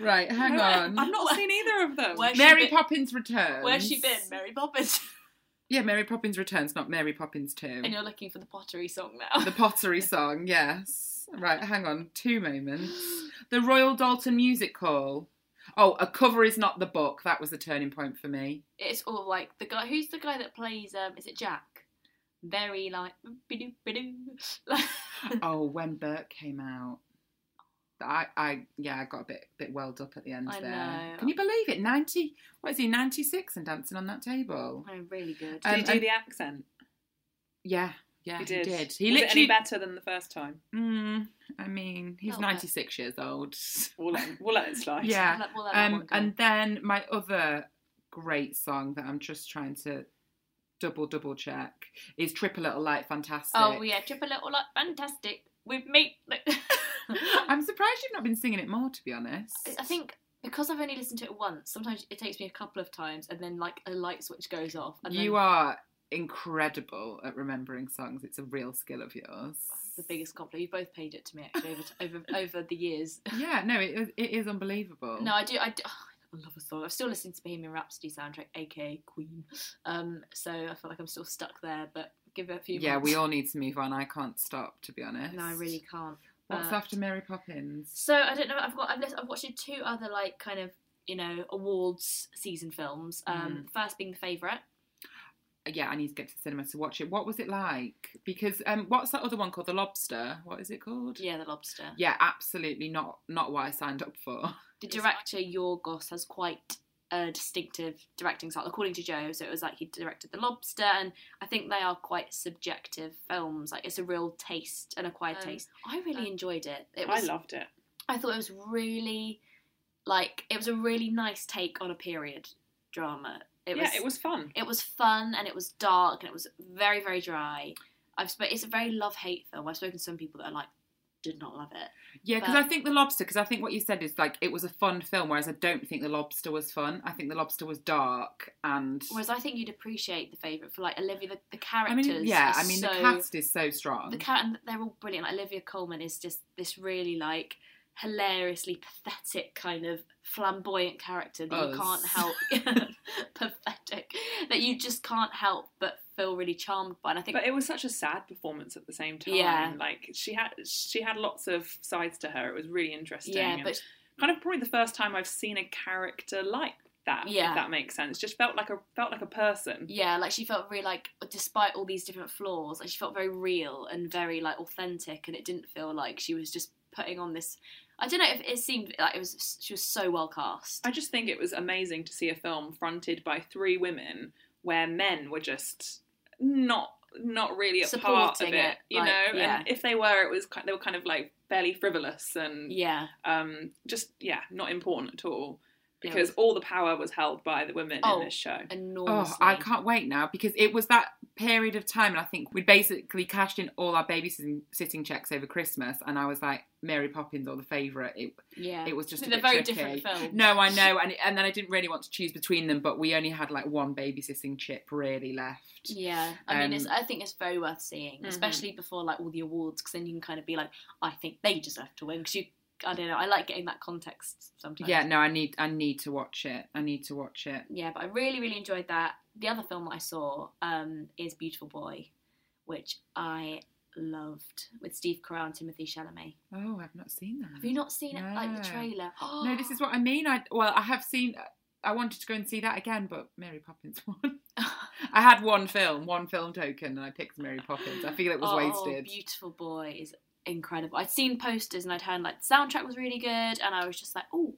Speaker 3: right, hang
Speaker 4: No,
Speaker 3: on.
Speaker 4: I've not seen either of them.
Speaker 2: Where she
Speaker 3: Mary
Speaker 2: been-
Speaker 3: Poppins Returns.
Speaker 2: Where's she been? Mary Poppins.
Speaker 3: Yeah, Mary Poppins Returns, not Mary Poppins Two.
Speaker 2: and you're looking for the pottery song now.
Speaker 3: The pottery song, yes. Right, hang on, two moments. The Royal Dalton Music Hall. Oh, A Cover Is Not the Book. That was the turning point for me.
Speaker 2: it's all like the guy who's the guy that plays um is it Jack? Very like bidoo bidoo. Like-
Speaker 3: Oh, when Burke came out. I, I yeah, I got a bit bit welled up at the end
Speaker 2: I
Speaker 3: there.
Speaker 2: know.
Speaker 3: Can you believe it? Ninety what is he, ninety six and dancing on that table?
Speaker 2: Oh, really good.
Speaker 4: Did he
Speaker 3: Um,
Speaker 4: do
Speaker 3: and-
Speaker 4: the accent?
Speaker 3: Yeah, yeah,
Speaker 4: he did.
Speaker 3: He, did.
Speaker 4: Was it any better than the first time?
Speaker 3: Mm, I mean, he's
Speaker 2: Not bad.
Speaker 3: ninety six years old.
Speaker 4: We'll let, we'll let it slide.
Speaker 3: yeah.
Speaker 2: We'll let- we'll let that
Speaker 3: Um,
Speaker 2: one go.
Speaker 3: and then my other great song that I'm just trying to double double check is Triple Little Light Fantastic.
Speaker 2: oh yeah, trip a little like fantastic. We've made.
Speaker 3: I'm surprised you've not been singing it more, to be honest.
Speaker 2: I think because I've only listened to it once, sometimes it takes me a couple of times, and then like a light switch goes off. And
Speaker 3: you
Speaker 2: then
Speaker 3: are incredible at remembering songs. It's a real skill of yours.
Speaker 2: the biggest compliment. You both paid it to me actually over over, over the years.
Speaker 3: Yeah, no, it, it is unbelievable.
Speaker 2: No, I do. I, do, oh, I love a song. I'm still listening to Bohemian Rhapsody soundtrack, aka Queen. Um, so I feel like I'm still stuck there, but give it a few.
Speaker 3: yeah, we
Speaker 2: months.
Speaker 3: all need to move on. I can't stop, to be honest.
Speaker 2: No, I really can't.
Speaker 3: What's
Speaker 2: but-
Speaker 3: after Mary Poppins?
Speaker 2: So I don't know. I've got. I've, lis- I've watched two other like kind of you know awards season films. Um,
Speaker 3: Mm.
Speaker 2: First being the favourite.
Speaker 3: Yeah, I need to get to the cinema to watch it. What was it like? Because um, what's that other one called? The Lobster. What is it called?
Speaker 2: Yeah, The Lobster.
Speaker 3: Yeah, absolutely not not what I signed up for.
Speaker 2: The director Yorgos has quite a distinctive directing style, according to Joe. So it was like he directed The Lobster, and I think they are quite subjective films. Like it's a real taste, an acquired
Speaker 4: Um,
Speaker 2: taste. I really enjoyed it. It
Speaker 4: I
Speaker 2: was.
Speaker 4: loved it.
Speaker 2: I thought it was really, like, it was a really nice take on a period drama. It was.
Speaker 4: yeah, it was fun.
Speaker 2: It was fun and it was dark and it was very very dry. I've sp- it's a very love hate film. I've spoken to some people that are like did not love it.
Speaker 3: Yeah, because
Speaker 2: But-
Speaker 3: I think The Lobster, because I think what you said is like it was a fun film, whereas I don't think The Lobster was fun. I think The Lobster was dark and.
Speaker 2: Whereas I think you'd appreciate the favorite for like Olivia the, the characters.
Speaker 3: I mean, yeah,
Speaker 2: are
Speaker 3: I mean,
Speaker 2: so-
Speaker 3: the cast is so strong.
Speaker 2: the cat and they're all brilliant. Like, Olivia Coleman is just this really like hilariously pathetic kind of flamboyant character that you
Speaker 3: Us.
Speaker 2: can't help pathetic that you just can't help but feel really charmed by. And I think
Speaker 4: But it was such a sad performance at the same time.
Speaker 2: Yeah.
Speaker 4: Like she had she had lots of sides to her. It was really interesting.
Speaker 2: yeah,
Speaker 4: and
Speaker 2: but
Speaker 4: kind of probably the first time I've seen a character like that.
Speaker 2: Yeah.
Speaker 4: If that makes sense. Just felt like a felt like a person.
Speaker 2: Yeah, like she felt really like, despite all these different flaws, like she felt very real and very like authentic, and it didn't feel like she was just putting on this. I don't know if it seemed like it was. She was so well cast.
Speaker 4: I just think it was amazing to see a film fronted by three women where men were just not not really a part of
Speaker 2: Supporting
Speaker 4: it,
Speaker 2: it,
Speaker 4: you
Speaker 2: like,
Speaker 4: know.
Speaker 2: yeah.
Speaker 4: And if they were, it was ki- they were kind of like fairly frivolous and
Speaker 2: Yeah.
Speaker 4: um, just yeah, not important at all
Speaker 2: Yeah, it
Speaker 4: because
Speaker 2: was-
Speaker 4: all the power was held by the women
Speaker 2: Oh,
Speaker 4: in this show.
Speaker 2: Enormously.
Speaker 3: Oh, I can't wait now because it was that period of time, and I think we basically cashed in all our babysitting sitting checks over Christmas, and I was like, Mary Poppins or the favourite. It,
Speaker 2: Yeah.
Speaker 3: it was just a
Speaker 2: They're
Speaker 3: bit
Speaker 2: very
Speaker 3: tricky.
Speaker 2: different films.
Speaker 3: No, I know, and and then I didn't really want to choose between them, but we only had like one babysitting chip really left.
Speaker 2: Yeah, Mm-hmm. I mean, it's,
Speaker 3: Um,
Speaker 2: I think it's very worth seeing,
Speaker 4: Mhm.
Speaker 2: especially before like all the awards, because then you can kind of be like, I think they deserve to win. Because you, I don't know, I like getting that context sometimes.
Speaker 3: Yeah, no, I need I need to watch it. I need to watch it.
Speaker 2: yeah, but I really, really enjoyed that. The other film that I saw um, is Beautiful Boy, which I loved with Steve Carell and Timothy Chalamet.
Speaker 3: Oh, I've not seen that.
Speaker 2: Have you not seen it? Like
Speaker 3: No.
Speaker 2: the trailer?
Speaker 3: No, this is what I mean. I well, I have seen. I wanted to go and see that again, but Mary Poppins won. I had one film, one film token, and I picked Mary Poppins. I feel it was
Speaker 2: oh,
Speaker 3: wasted.
Speaker 2: Beautiful Boy is incredible. I'd seen posters and I'd heard like the soundtrack was really good, and I was just like, oh,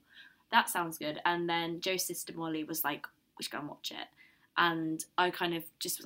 Speaker 2: that sounds good. And then Joe's sister Molly was like, we should go and watch it. And I kind of just was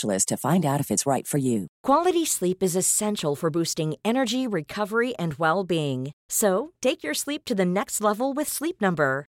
Speaker 5: to find out if it's right for you.
Speaker 1: Quality sleep is essential for boosting energy, recovery, and well being. So, take your sleep to the next level with Sleep Number.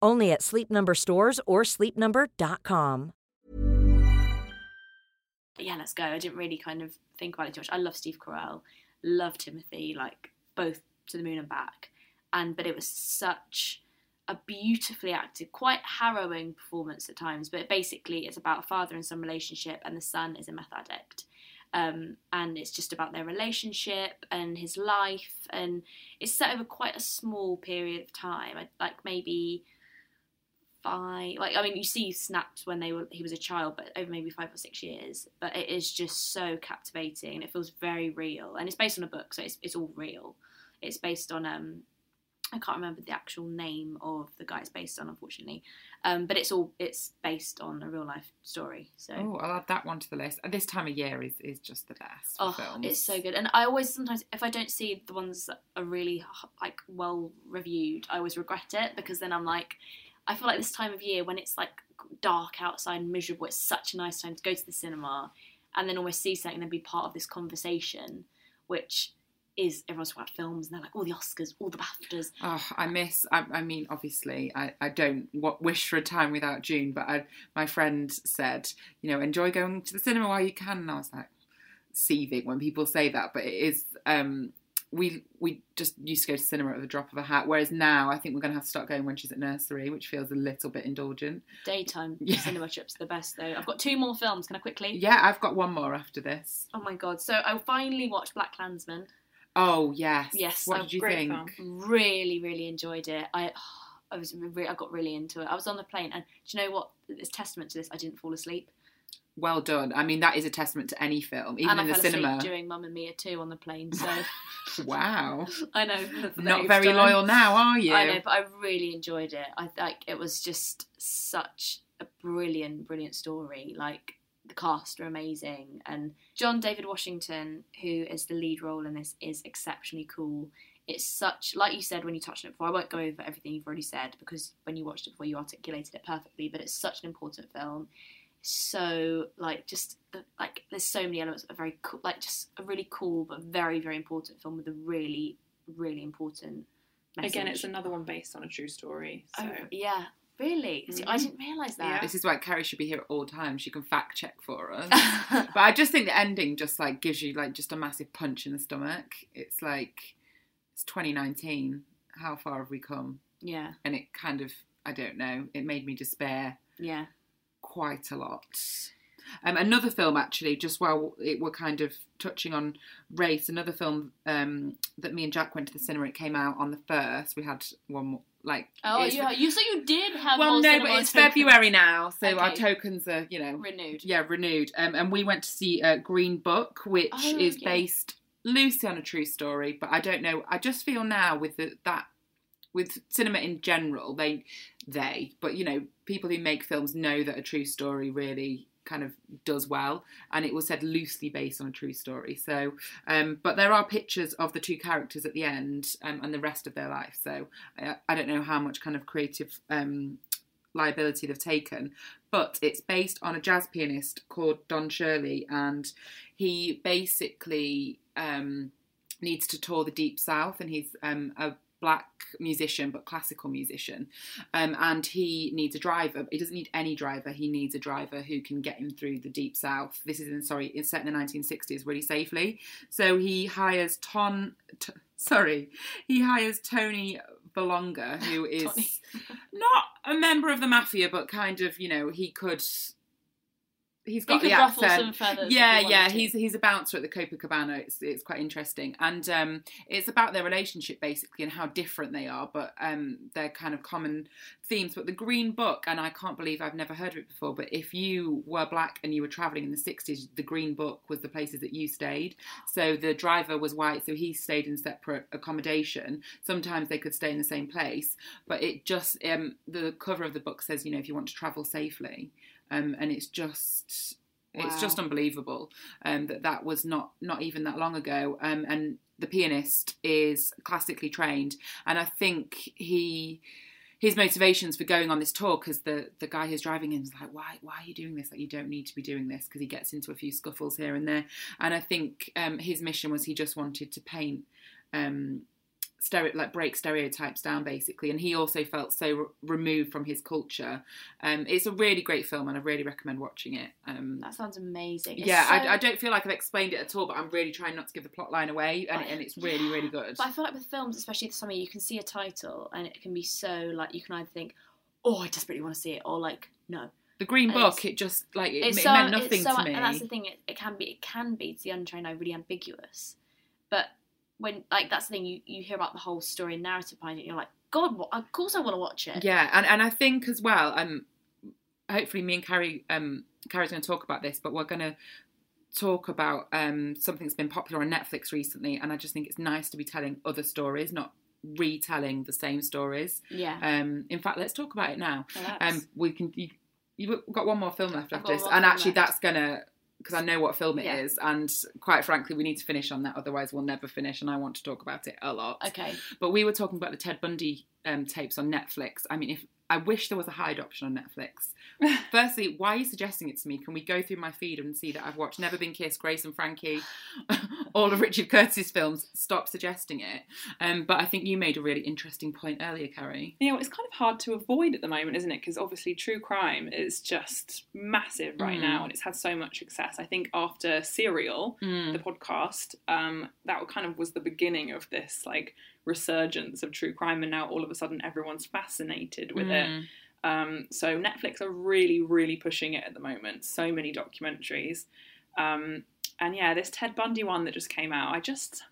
Speaker 1: Only at Sleep Number stores or sleepnumber.com.
Speaker 2: But yeah, let's go. I didn't really kind of think about it too much. I love Steve Carell, love Timothy, like both to the moon and back. And but it was such a beautifully acted, quite harrowing performance at times. But basically, it's about a father and son relationship, and the son is a meth addict. Um, and it's just about their relationship and his life, and it's set over quite a small period of time, I- like maybe five like i mean you see snaps when they were he was a child but over maybe five or six years but it is just so captivating and it feels very real and it's based on a book so it's, it's all real it's based on um i can't remember the actual name of the guy it's based on unfortunately um but it's all it's based on a real life story so
Speaker 3: Oh, I'll add that one to the list. This time of year is, is just the best. for
Speaker 2: Oh,
Speaker 3: films.
Speaker 2: it's so good. And I always sometimes, if I don't see the ones that are really like well reviewed, I always regret it because then I'm like, I feel like this time of year when it's like dark outside, and miserable, it's such a nice time to go to the cinema and then almost see something and then be part of this conversation, which is everyone's talking about films and they're like all the Oscars, all the BAFTAs.
Speaker 3: Oh, I miss. I, I mean, obviously, I, I don't wa wish for a time without June. But I, my friend said, you know, enjoy going to the cinema while you can. And I was like, seething when people say that. But it is. Um, we we just used to go to cinema at the drop of a hat. Whereas now, I think we're going to have to start going when she's at nursery, which feels a little bit indulgent.
Speaker 2: Daytime
Speaker 3: Yeah.
Speaker 2: cinema trips are the best though. I've got two more films. Can I quickly?
Speaker 3: Yeah, I've got one more after this.
Speaker 2: Oh my god! So I finally watched Black Klansman.
Speaker 3: Oh yes,
Speaker 2: Yes,
Speaker 3: What
Speaker 2: a
Speaker 3: did you
Speaker 4: great
Speaker 3: think?
Speaker 4: film.
Speaker 2: really really enjoyed it i i was re- i got really into it i was on the plane and do you know what it's testament to this i didn't fall asleep
Speaker 3: Well done. I mean, that is a testament to any film, even
Speaker 2: and
Speaker 3: in
Speaker 2: i
Speaker 3: the
Speaker 2: fell
Speaker 3: cinema.
Speaker 2: asleep during mum and mia too on the plane so
Speaker 3: Wow,
Speaker 2: i know that
Speaker 3: not
Speaker 2: was
Speaker 3: very
Speaker 2: done.
Speaker 3: loyal now, are you?
Speaker 2: i know but i really enjoyed it i like it was just such a brilliant brilliant story like the cast are amazing and john david washington who is the lead role in this is exceptionally cool it's such like you said when you touched on it before. I won't go over everything you've already said because when you watched it before, you articulated it perfectly. But it's such an important film. So like just the, like there's so many elements of a very cool, like just a really cool but very very important film with a really really important. Message.
Speaker 4: Again, it's another one based on a true story. So.
Speaker 2: Oh, yeah, really? See, I didn't realise that.
Speaker 4: Yeah.
Speaker 3: This is why Carrie should be here at all times. She can fact check for us. but I just think the ending just like gives you like just a massive punch in the stomach. It's like it's 2019. How far have we come?
Speaker 2: Yeah,
Speaker 3: And it kind of I don't know. It made me despair
Speaker 2: yeah.
Speaker 3: quite a lot. Um, another film, actually, just while it, we're kind of touching on race, another film um, that me and Jack went to the cinema. It came out on the first. We had one more, like
Speaker 2: Oh,
Speaker 3: it's-
Speaker 2: you, you so you did have.
Speaker 3: well,
Speaker 2: more
Speaker 3: no,
Speaker 2: cinema
Speaker 3: but it's
Speaker 2: tokens
Speaker 3: February now, so our
Speaker 2: Okay.
Speaker 3: tokens are you know
Speaker 2: renewed.
Speaker 3: yeah, renewed. Um, and we went to see uh, Green Book, which
Speaker 2: Oh,
Speaker 3: is
Speaker 2: yeah.
Speaker 3: based loosely on a true story. But I don't know. I just feel now with the, that with cinema in general, they they, but you know, people who make films know that a true story really kind of does well, and it was said loosely based on a true story. So, um, but there are pictures of the two characters at the end um, and the rest of their life. So I, I don't know how much kind of creative um, liability they've taken, but it's based on a jazz pianist called Don Shirley, and he basically um, needs to tour the deep south, and he's um, a black musician but classical musician um, and he needs a driver he doesn't need any driver he needs a driver who can get him through the deep south this is in sorry it's set in the 1960s really safely so he hires ton t- sorry he hires tony Belonga, who is
Speaker 2: Tony.
Speaker 3: not a member of the mafia, but kind of, you know, he could. He's got
Speaker 2: could
Speaker 3: the
Speaker 2: ruffle
Speaker 3: accent.
Speaker 2: some feathers if
Speaker 3: yeah,
Speaker 2: he wanted
Speaker 3: yeah.
Speaker 2: to.
Speaker 3: He's he's a bouncer at the Copacabana. It's it's quite interesting, and um, it's about their relationship basically and how different they are, but um, they're kind of common themes. But the Green Book, and I can't believe I've never heard of it before. But if you were black and you were traveling in the '60s, the Green Book was the places that you stayed. So the driver was white, so he stayed in separate accommodation. Sometimes they could stay in the same place, but it just um, the cover of the book says, you know, if you want to travel safely, um, and it's just it's just unbelievable um, that that was not not even that long ago. Um, and the pianist is classically trained, and I think he his motivations for going on this tour because the the guy who's driving him is like why why are you doing this like you don't need to be doing this because he gets into a few scuffles here and there and i think um his mission was he just wanted to paint um stere- like break stereotypes down basically and he also felt so re- removed from his culture um it's a really great film and i really recommend watching it um
Speaker 2: That sounds amazing. It's
Speaker 3: yeah
Speaker 2: so-
Speaker 3: I, I don't feel like i've explained it at all but i'm really trying not to give the plot line away and, and it's really really good
Speaker 2: But I feel like with films, especially this summer, you can see a title and it can be so like you can either think, oh, I desperately want to see it, or like no.
Speaker 3: the green
Speaker 2: it's-
Speaker 3: book it just like it,
Speaker 2: it's
Speaker 3: it
Speaker 2: so
Speaker 3: meant nothing
Speaker 2: it's so,
Speaker 3: to me
Speaker 2: and that's the thing. It, it can be it can be to the untrained eye really ambiguous, but when like that's the thing you you hear about the whole story and narrative behind it, and you're like, God, what, of course I want to watch it.
Speaker 3: Yeah, and, and I think as well, um, hopefully me and Carrie, um, Carrie's going to talk about this, but we're going to talk about um, something that's been popular on Netflix recently, and I just think it's nice to be telling other stories, not retelling the same stories.
Speaker 2: yeah.
Speaker 3: Um, in fact, let's talk about it now.
Speaker 2: Relax.
Speaker 3: Um, we can. You, you've got one more film left
Speaker 2: I've
Speaker 3: after
Speaker 2: got
Speaker 3: this,
Speaker 2: one
Speaker 3: and
Speaker 2: film
Speaker 3: actually,
Speaker 2: left.
Speaker 3: that's gonna. Because I know what film it is,
Speaker 2: Yeah.
Speaker 3: and quite frankly, we need to finish on that. Otherwise, we'll never finish, and I want to talk about it a lot.
Speaker 2: okay.
Speaker 3: But we were talking about the Ted Bundy um, tapes on Netflix. I mean, if I wish there was a hide option on Netflix. Firstly, why are you suggesting it to me? Can we go through my feed and see that I've watched Never Been Kissed, Grace and Frankie, all of Richard Curtis's films? Stop suggesting it. Um, but I think you made a really interesting point earlier, Carrie.
Speaker 4: Yeah, well, it's kind of hard to avoid at the moment, isn't it? Because obviously, true crime is just massive
Speaker 2: Mm.
Speaker 4: right now, and it's had so much success. I think after Serial, the podcast, um, that kind of was the beginning of this like resurgence of true crime, and now all of a sudden, everyone's fascinated with
Speaker 3: Mm.
Speaker 4: it. Um, so Netflix are really, really pushing it at the moment. So many documentaries, um, and yeah, this Ted Bundy one that just came out, I just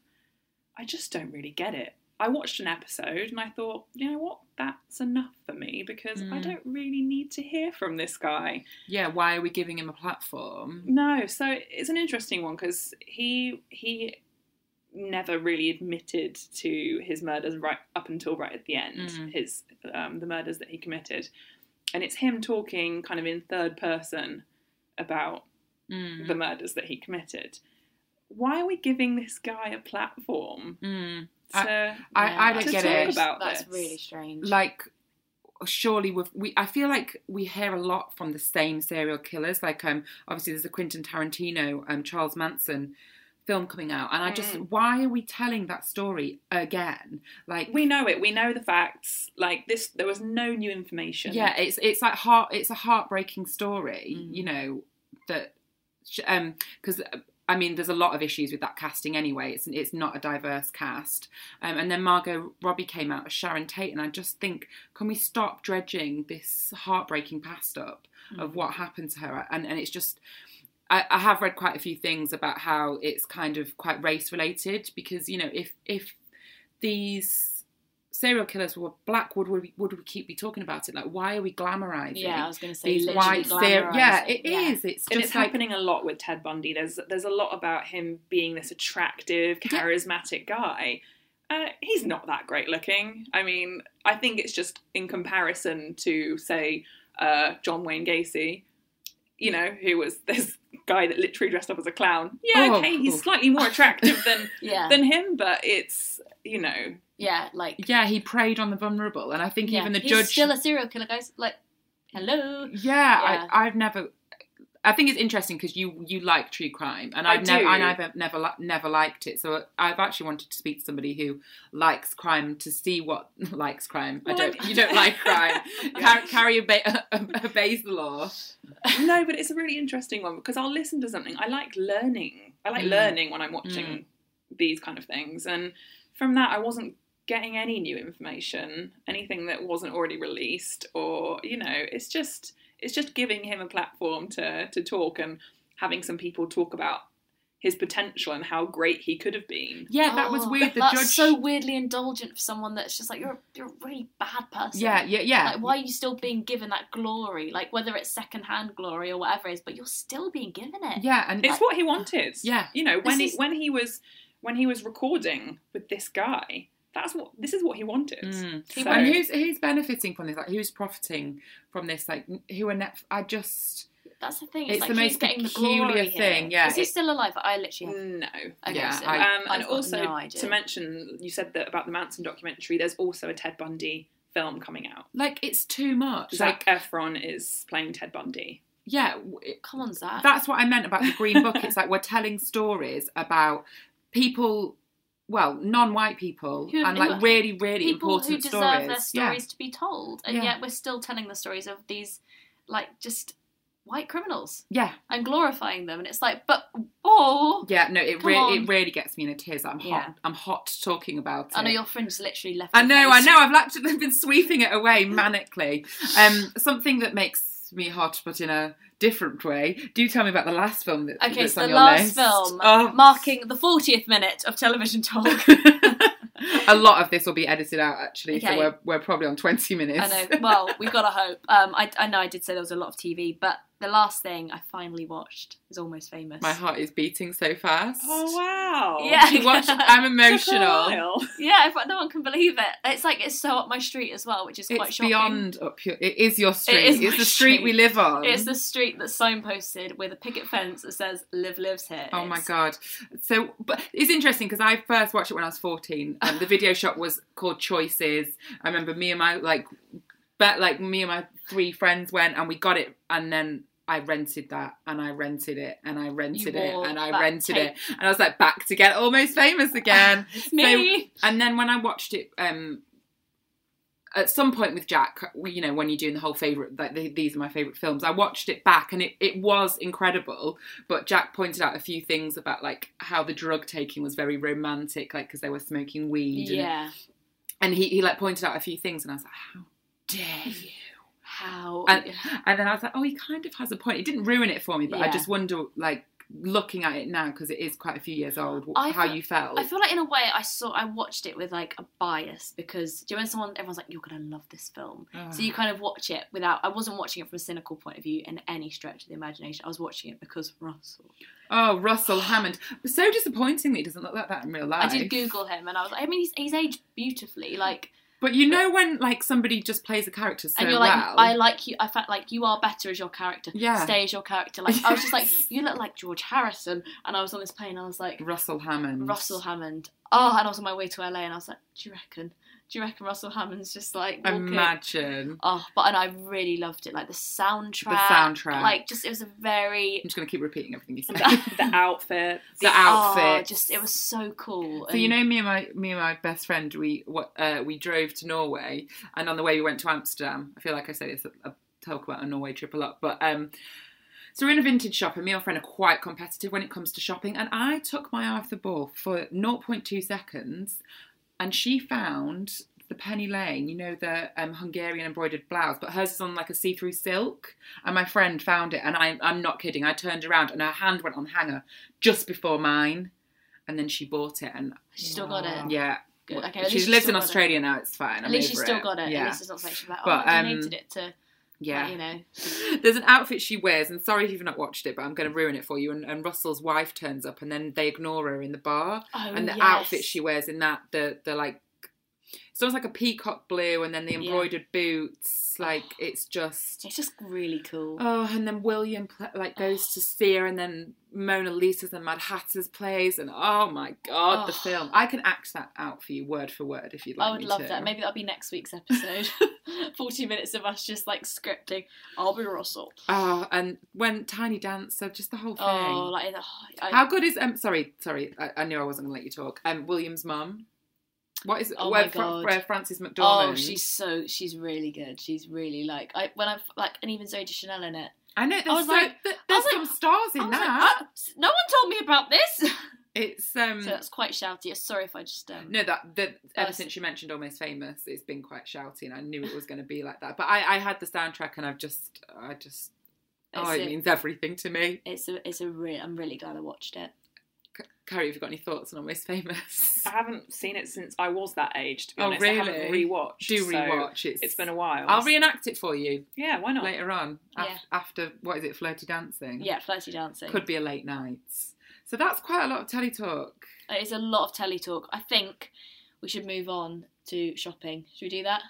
Speaker 4: I just don't really get it. I watched an episode and I thought, you know what, that's enough for me because I don't really need to hear from this guy.
Speaker 3: Yeah, why are we giving him a platform?
Speaker 4: No, so it's an interesting one because he he never really admitted to his murders right up until right at the end,
Speaker 3: Mm.
Speaker 4: his um, the murders that he committed, and it's him talking kind of in third person about
Speaker 3: Mm.
Speaker 4: the murders that he committed. Why are we giving this guy a platform?
Speaker 3: Mm.
Speaker 4: To,
Speaker 3: I- I, I
Speaker 4: To
Speaker 3: don't get
Speaker 4: talk
Speaker 3: it.
Speaker 4: about
Speaker 2: That's
Speaker 4: this.
Speaker 2: really strange.
Speaker 3: like surely with we I feel like we hear a lot from the same serial killers like um obviously there's the Quentin Tarantino um Charles Manson film coming out and I just why are we telling that story again like
Speaker 4: we know it. We know the facts. Like this, there was no new information.
Speaker 3: yeah it's it's like heart it's a heartbreaking story you know that sh- um because I mean, there's a lot of issues with that casting anyway. It's it's not a diverse cast. Um, and then Margot Robbie came out as Sharon Tate, and I just think, can we stop dredging this heartbreaking past up
Speaker 2: Mm.
Speaker 3: of what happened to her? And and it's just, I, I have read quite a few things about how it's kind of quite race related because you know if if these serial killers were black, would we would we keep be talking about it? Like, why are we glamorizing?
Speaker 2: Yeah, I was gonna say,
Speaker 3: these
Speaker 2: literally
Speaker 3: white ser- Yeah,
Speaker 2: glamorising,
Speaker 3: it is.
Speaker 2: yeah.
Speaker 3: It's just
Speaker 4: and it's
Speaker 3: like,
Speaker 4: happening a lot with Ted Bundy. There's there's a lot about him being this attractive, charismatic guy. Uh, he's not that great looking. I mean, I think it's just in comparison to say uh, John Wayne Gacy. you know, who was this guy that literally dressed up as a clown. Yeah,
Speaker 3: Oh,
Speaker 4: okay,
Speaker 3: cool.
Speaker 4: he's slightly more attractive than
Speaker 2: Yeah.
Speaker 4: than him, but it's you know,
Speaker 2: yeah, like
Speaker 3: Yeah, he preyed on the vulnerable, and I think
Speaker 2: yeah.
Speaker 3: even the
Speaker 2: He's
Speaker 3: judge.
Speaker 2: still a serial killer, guys. Like, hello.
Speaker 3: yeah,
Speaker 2: Yeah.
Speaker 3: I, I've never. I think it's interesting because you you like true crime, and
Speaker 4: I
Speaker 3: I've never
Speaker 4: do.
Speaker 3: and I've never li- never liked it. So I've actually wanted to speak to somebody who likes crime to see what likes crime.
Speaker 4: Well,
Speaker 3: I
Speaker 4: I
Speaker 3: don't.
Speaker 4: mean-
Speaker 3: You don't like crime. Car- carry a, ba- a, a base law.
Speaker 4: no, but it's a really interesting one because I'll listen to something. I like learning. I like
Speaker 3: Mm.
Speaker 4: learning when I'm watching these kind of things, and from that, I wasn't getting any new information, anything that wasn't already released, or you know, it's just it's just giving him a platform to to talk and having some people talk about his potential and how great he could have been.
Speaker 3: Yeah, that was
Speaker 2: Oh,
Speaker 3: weird. The
Speaker 2: that's
Speaker 3: judge.
Speaker 2: so weirdly indulgent for someone that's just like you're a, you're a really bad person.
Speaker 3: yeah, yeah, yeah.
Speaker 2: Like, why are you still being given that glory? Like, whether it's secondhand glory or whatever it is, but you're still being given it.
Speaker 3: yeah, and
Speaker 4: It's what he wanted.
Speaker 3: Yeah.
Speaker 4: You know, when
Speaker 2: This
Speaker 4: he
Speaker 2: is-
Speaker 4: when he was when he was recording with this guy, that's what this is what he wanted.
Speaker 3: Mm.
Speaker 4: So-
Speaker 3: and who's who's benefiting from this? Like, who's profiting from this? Like, who are net? I just
Speaker 2: That's the thing.
Speaker 3: It's
Speaker 2: It's, like
Speaker 3: the
Speaker 2: he's
Speaker 3: most
Speaker 2: getting the
Speaker 3: peculiar
Speaker 2: glory
Speaker 3: thing,
Speaker 2: Here.
Speaker 3: yeah,
Speaker 2: Is he
Speaker 3: it- Mm.
Speaker 2: still alive? I literally. Have...
Speaker 4: No.
Speaker 2: Okay,
Speaker 3: Yeah,
Speaker 2: so
Speaker 3: I-
Speaker 4: Um,
Speaker 2: I've
Speaker 4: and
Speaker 2: got
Speaker 4: also
Speaker 2: no idea.
Speaker 4: to mention, you said that about the Manson documentary. There's also a Ted Bundy film coming out.
Speaker 3: like it's too much.
Speaker 4: Zac
Speaker 3: Like,
Speaker 4: Efron is playing Ted Bundy.
Speaker 3: yeah, w- it-
Speaker 2: Come on, Zach.
Speaker 3: that's what I meant about the green book. It's like we're telling stories about people, well, non-white people,
Speaker 2: Who-
Speaker 3: and like
Speaker 2: who-
Speaker 3: really, really
Speaker 2: People who
Speaker 3: important
Speaker 2: deserve
Speaker 3: stories.
Speaker 2: their stories to be told, and
Speaker 3: Yeah.
Speaker 2: yet we're still telling the stories of these, like, just white criminals
Speaker 3: Yeah,
Speaker 2: and glorifying them. And it's like, but oh,
Speaker 3: yeah, yeah. No, it
Speaker 2: Come
Speaker 3: really,
Speaker 2: on.
Speaker 3: it really gets me in a tears. I'm hot.
Speaker 2: Yeah.
Speaker 3: I'm hot talking about it.
Speaker 2: I know your fringe literally left.
Speaker 3: I
Speaker 2: your
Speaker 3: know, I
Speaker 2: face.
Speaker 3: know. I've actually been sweeping it away manically. Um, something that makes me hot, but in a different way. Do tell me about the last film that,
Speaker 2: Okay,
Speaker 3: that's
Speaker 2: so
Speaker 3: on
Speaker 2: the
Speaker 3: your
Speaker 2: last
Speaker 3: list.
Speaker 2: film,
Speaker 3: Oh.
Speaker 2: marking the 40th minute of television talk.
Speaker 3: a lot of this will be edited out, actually. So
Speaker 2: Okay.
Speaker 3: we're we're probably on twenty minutes.
Speaker 2: I know. Well, we've got to hope. Um, I, I know I did say there was a lot of TV, but the last thing I finally watched is almost famous.
Speaker 3: My heart is beating so fast.
Speaker 4: wow!
Speaker 2: Yeah.
Speaker 3: You watch- I'm emotional.
Speaker 4: Emotional.
Speaker 2: Yeah, I thought no one can believe it. It's like it's so up my street as well, which is quite
Speaker 3: It's
Speaker 2: shocking.
Speaker 3: beyond up your. It is your street.
Speaker 2: is
Speaker 3: it's
Speaker 2: my
Speaker 3: the street, we
Speaker 2: street.
Speaker 3: live on.
Speaker 2: It's the street that's signposted with a picket fence that says "Live lives here."
Speaker 3: Oh my
Speaker 2: It's-
Speaker 3: god! So, but it's interesting because I first watched it when I was fourteen. Um, the video shop was called Choices. I remember me and my like, but like me and my three friends went and we got it, and then I rented that, and I rented it, and I rented it,
Speaker 2: wore
Speaker 3: and I
Speaker 2: that
Speaker 3: rented
Speaker 2: tape.
Speaker 3: it, and I was like back to get almost famous again.
Speaker 2: It's me.
Speaker 3: and then when I watched it, um, at some point with Jack, we- you know, when you're doing the whole favorite, like the, these are my favorite films, I watched it back and it, it was incredible. But Jack pointed out a few things about like how the drug taking was very romantic, like because they were smoking weed. And,
Speaker 2: yeah.
Speaker 3: and he, he like pointed out a few things, and I was like, how dare you?
Speaker 2: How?
Speaker 3: And, and then I was like, oh, he kind of has a point. It didn't ruin it for me, but I
Speaker 2: Yeah.
Speaker 3: just wonder, like, looking at it now because it is quite a few years old, wh-
Speaker 2: I
Speaker 3: how
Speaker 2: fe-
Speaker 3: you felt.
Speaker 2: I feel like in a way I saw I watched it with like a bias because do you know when someone everyone's like you're gonna love this film so
Speaker 3: Ah.
Speaker 2: you kind of watch it without I wasn't watching it from a cynical point of view in any stretch of the imagination I was watching it because of Russell
Speaker 3: Oh, Russell Hammond. So disappointing that he doesn't look like that in real life.
Speaker 2: I did Google him and I was like I mean he's, he's aged beautifully like
Speaker 3: But you know when like somebody just plays a character so
Speaker 2: and you're like
Speaker 3: well.
Speaker 2: I like you I felt like you are better as your character
Speaker 3: Yeah.
Speaker 2: stay as your character like I was just like
Speaker 3: Yes.
Speaker 2: you look like George Harrison and I was on this plane and I was like
Speaker 3: Russell Hammond.
Speaker 2: Russell Hammond oh and I was on my way to LA and I was like do you reckon do you reckon Russell Hammond's just like walking-
Speaker 3: Imagine.
Speaker 2: Oh, but and I really loved it. Like the soundtrack.
Speaker 3: soundtrack.
Speaker 2: Like just it was a very
Speaker 3: I'm just gonna keep repeating everything you said.
Speaker 4: the outfit.
Speaker 3: the outfit.
Speaker 2: Oh, just it was so cool.
Speaker 3: So you
Speaker 2: and-
Speaker 3: know me and my me and my best friend we what uh, we drove to Norway and on the way we went to Amsterdam. I feel like I say this I talk about a Norway trip a lot, but um so we're in a vintage shop and me and my friend are quite competitive when it comes to shopping and I took my eye off the ball for 0.2 seconds and she found the Penny Lane, you know the um, Hungarian embroidered blouse, but hers is on like a see-through silk. And my friend found it, and I, I'm not kidding. I turned around, and her hand went on the hanger just before mine, and then she bought it, and
Speaker 2: she's still got it.
Speaker 3: yeah.
Speaker 2: Good.
Speaker 3: Well,
Speaker 2: Okay, at least
Speaker 3: she's
Speaker 2: she's
Speaker 3: lives
Speaker 2: still
Speaker 3: in
Speaker 2: got it.
Speaker 3: Australia now. It's fine.
Speaker 2: At
Speaker 3: I'm
Speaker 2: least she's
Speaker 3: over
Speaker 2: still got it.
Speaker 3: Yeah,
Speaker 2: At least it's not like she's like, oh,
Speaker 3: But,
Speaker 2: I
Speaker 3: um,
Speaker 2: donated it to,
Speaker 3: yeah.
Speaker 2: like, you know.
Speaker 3: There's an outfit she wears, and sorry if you've not watched it, but I'm going to ruin it for you. And, and Russell's wife turns up, and then they ignore her in the bar.
Speaker 2: Oh,
Speaker 3: and the
Speaker 2: yes.
Speaker 3: outfit she wears in that, the the like, it's almost like a peacock blue, and then the embroidered boots. Like
Speaker 4: Oh.
Speaker 3: it's just
Speaker 2: It's just really cool.
Speaker 3: oh, and then William pl- like goes
Speaker 4: Oh.
Speaker 3: to see her, and then Mona Lisa's and Mad Hatter's plays, and oh my god, the
Speaker 2: Oh.
Speaker 3: film! I can act that out for you word for word if you'd like.
Speaker 2: I would
Speaker 3: me
Speaker 2: love
Speaker 3: to.
Speaker 2: that. Maybe that'll be next week's episode. 40 minutes of us just like scripting. I'll be Russell.
Speaker 3: Oh, and when Tiny Dancer, just the whole thing.
Speaker 2: Oh, like, oh, I,
Speaker 3: How good is um? Sorry, sorry. I, I knew I wasn't going to let you talk. Um, William's mum. What is
Speaker 2: Oh
Speaker 3: where,
Speaker 2: my
Speaker 3: Fra-
Speaker 2: God.
Speaker 3: where Frances McDormand?
Speaker 2: oh, she's so, she's really good. She's really like, I when I've like, and even Zoe Chanel in it.
Speaker 3: I know. There's,
Speaker 2: was
Speaker 3: so,
Speaker 2: like-
Speaker 3: th-
Speaker 2: I was
Speaker 3: there's
Speaker 2: like-
Speaker 3: some stars in
Speaker 2: I was like,
Speaker 3: that.
Speaker 2: "Oh, s- no one told me about this.
Speaker 3: it's um.
Speaker 2: so that's quite shouty. Sorry if I just um,
Speaker 3: no, that the ever
Speaker 2: Us.
Speaker 3: since you mentioned Almost Famous, it's been quite shouty, and I knew it was going to be like that. But I, I had the soundtrack, and I've just, I just, oh,
Speaker 2: It's
Speaker 3: it
Speaker 2: a-
Speaker 3: means everything to me.
Speaker 2: It's a, it's a real. I'm really glad I watched it.
Speaker 3: Carrie, have you got any thoughts on Almost Famous?
Speaker 4: I haven't seen it since I was that age. To be
Speaker 3: Oh,
Speaker 4: honest, I haven't
Speaker 3: really?
Speaker 4: rewatched.
Speaker 3: Do
Speaker 4: so
Speaker 3: rewatch, it's-
Speaker 4: it's been a while.
Speaker 3: I'll reenact it for you
Speaker 4: yeah, why not?
Speaker 3: later on
Speaker 2: Oh.
Speaker 3: af-
Speaker 2: Yeah.
Speaker 3: after what is it, flirty dancing?
Speaker 2: Yeah, flirty dancing.
Speaker 3: Mm. could be a late night. So that's quite a lot of telly talk.
Speaker 2: It's a lot of telly talk. I think we should move on to shopping. Should we do that?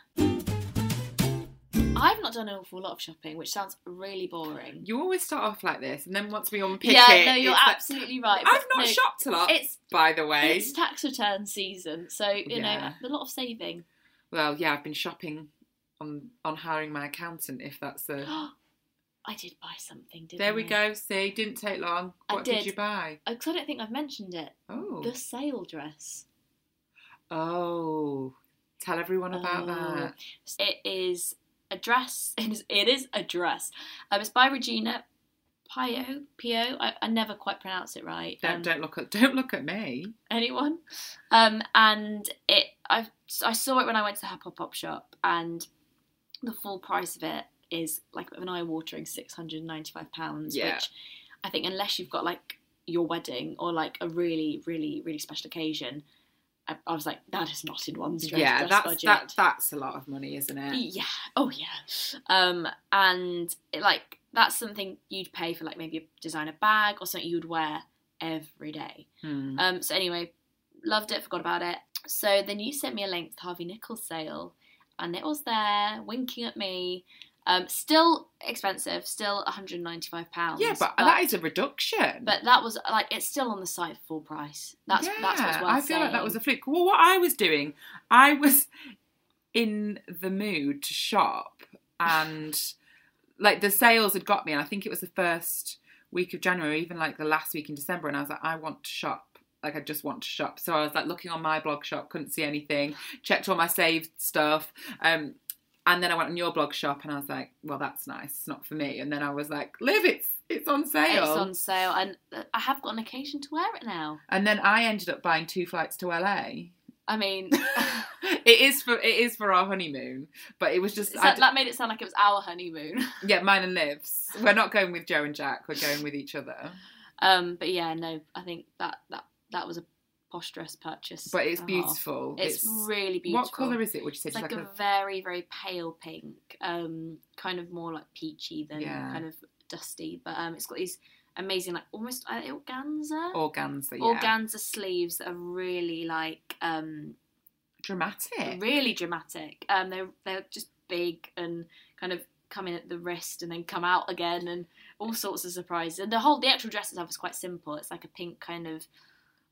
Speaker 2: I've not done an awful lot of shopping, which sounds really boring.
Speaker 3: You always start off like this, and then once we unpick
Speaker 2: yeah,
Speaker 3: it,
Speaker 2: no, you're
Speaker 3: it's like,
Speaker 2: absolutely right.
Speaker 3: I've
Speaker 2: but no,
Speaker 3: not shopped a lot,
Speaker 2: It's
Speaker 3: by the way.
Speaker 2: it's tax return season, so you
Speaker 3: Yeah.
Speaker 2: know a lot of saving.
Speaker 3: Well, yeah, I've been shopping on on hiring my accountant. If that's a
Speaker 2: I did buy something, didn't I?
Speaker 3: there, we go. See, didn't take long.
Speaker 2: I
Speaker 3: What did.
Speaker 2: did.
Speaker 3: you buy?
Speaker 2: Because I don't think I've mentioned it.
Speaker 3: Oh,
Speaker 2: The sale dress.
Speaker 3: oh, tell everyone about
Speaker 2: Oh.
Speaker 3: that.
Speaker 2: It is a dress. It is, it is a dress. Um, it's by Regina Pio. Pio. I, I never quite pronounce it right.
Speaker 3: Don't,
Speaker 2: Um,
Speaker 3: don't look at don't look at me.
Speaker 2: anyone. Um, and it, I, I saw it when I went to her pop up shop, and the full price of it is like an eye watering six hundred and ninety five pounds.
Speaker 3: Yeah.
Speaker 2: Which I think unless you've got like your wedding or like a really, really, really special occasion, I, I was like, that is not in one's dress,
Speaker 3: yeah,
Speaker 2: dress
Speaker 3: that's
Speaker 2: budget.
Speaker 3: that, that's a lot of money, isn't it?
Speaker 2: Yeah. Oh yeah. Um, and it, like that's something you'd pay for like maybe a designer bag or something you'd wear every day.
Speaker 3: Hmm.
Speaker 2: Um, so anyway, loved it. Forgot about it. So then you sent me a link to Harvey Nichols sale, and it was there winking at me. Um, still expensive, still 195 pounds.
Speaker 3: Yeah, but, that is a reduction.
Speaker 2: But that was like it's still on the site full price. That's that's what's worth
Speaker 3: I feel like that was a
Speaker 2: saying.
Speaker 3: fluke. Well, what I was doing, I was in the mood to shop, and like the sales had got me, and I think it was the first week of January, even like the last week in December, and I was like, I want to shop. Like I just want to shop, so I was like looking on my blog shop, couldn't see anything. Checked all my saved stuff, um, and then I went on your blog shop, and I was like, "Well, that's nice. It's not for me." And then I was like, "Liv, it's it's on sale."
Speaker 2: It's on sale, and uh, I have got an occasion to wear it now.
Speaker 3: And then I ended up buying two flights to LA.
Speaker 2: I mean,
Speaker 3: it is for it is for our honeymoon, but it was just
Speaker 2: It's
Speaker 3: I
Speaker 2: like-
Speaker 3: d-
Speaker 2: that made it sound like it was our honeymoon.
Speaker 3: yeah, mine and Liv's. We're not going with Joe and Jack. We're going with each other.
Speaker 2: um, but yeah, no, I think that that that was a posh dress purchase.
Speaker 3: But it's
Speaker 2: Oh.
Speaker 3: beautiful.
Speaker 2: It's, really beautiful.
Speaker 3: What color is it? Would you say
Speaker 2: It's
Speaker 3: Just
Speaker 2: like, a, very very pale pink, um, kind of more like peachy than
Speaker 3: Yeah.
Speaker 2: kind of dusty. But um, it's got these amazing like almost uh, organza.
Speaker 3: organza? Oh, Yeah,
Speaker 2: Organza sleeves that are really like um
Speaker 3: dramatic.
Speaker 2: really dramatic. Um they're they're just big and kind of come in at the wrist and then come out again and all sorts of surprises. And the whole the actual dress itself is quite simple. It's like a pink kind of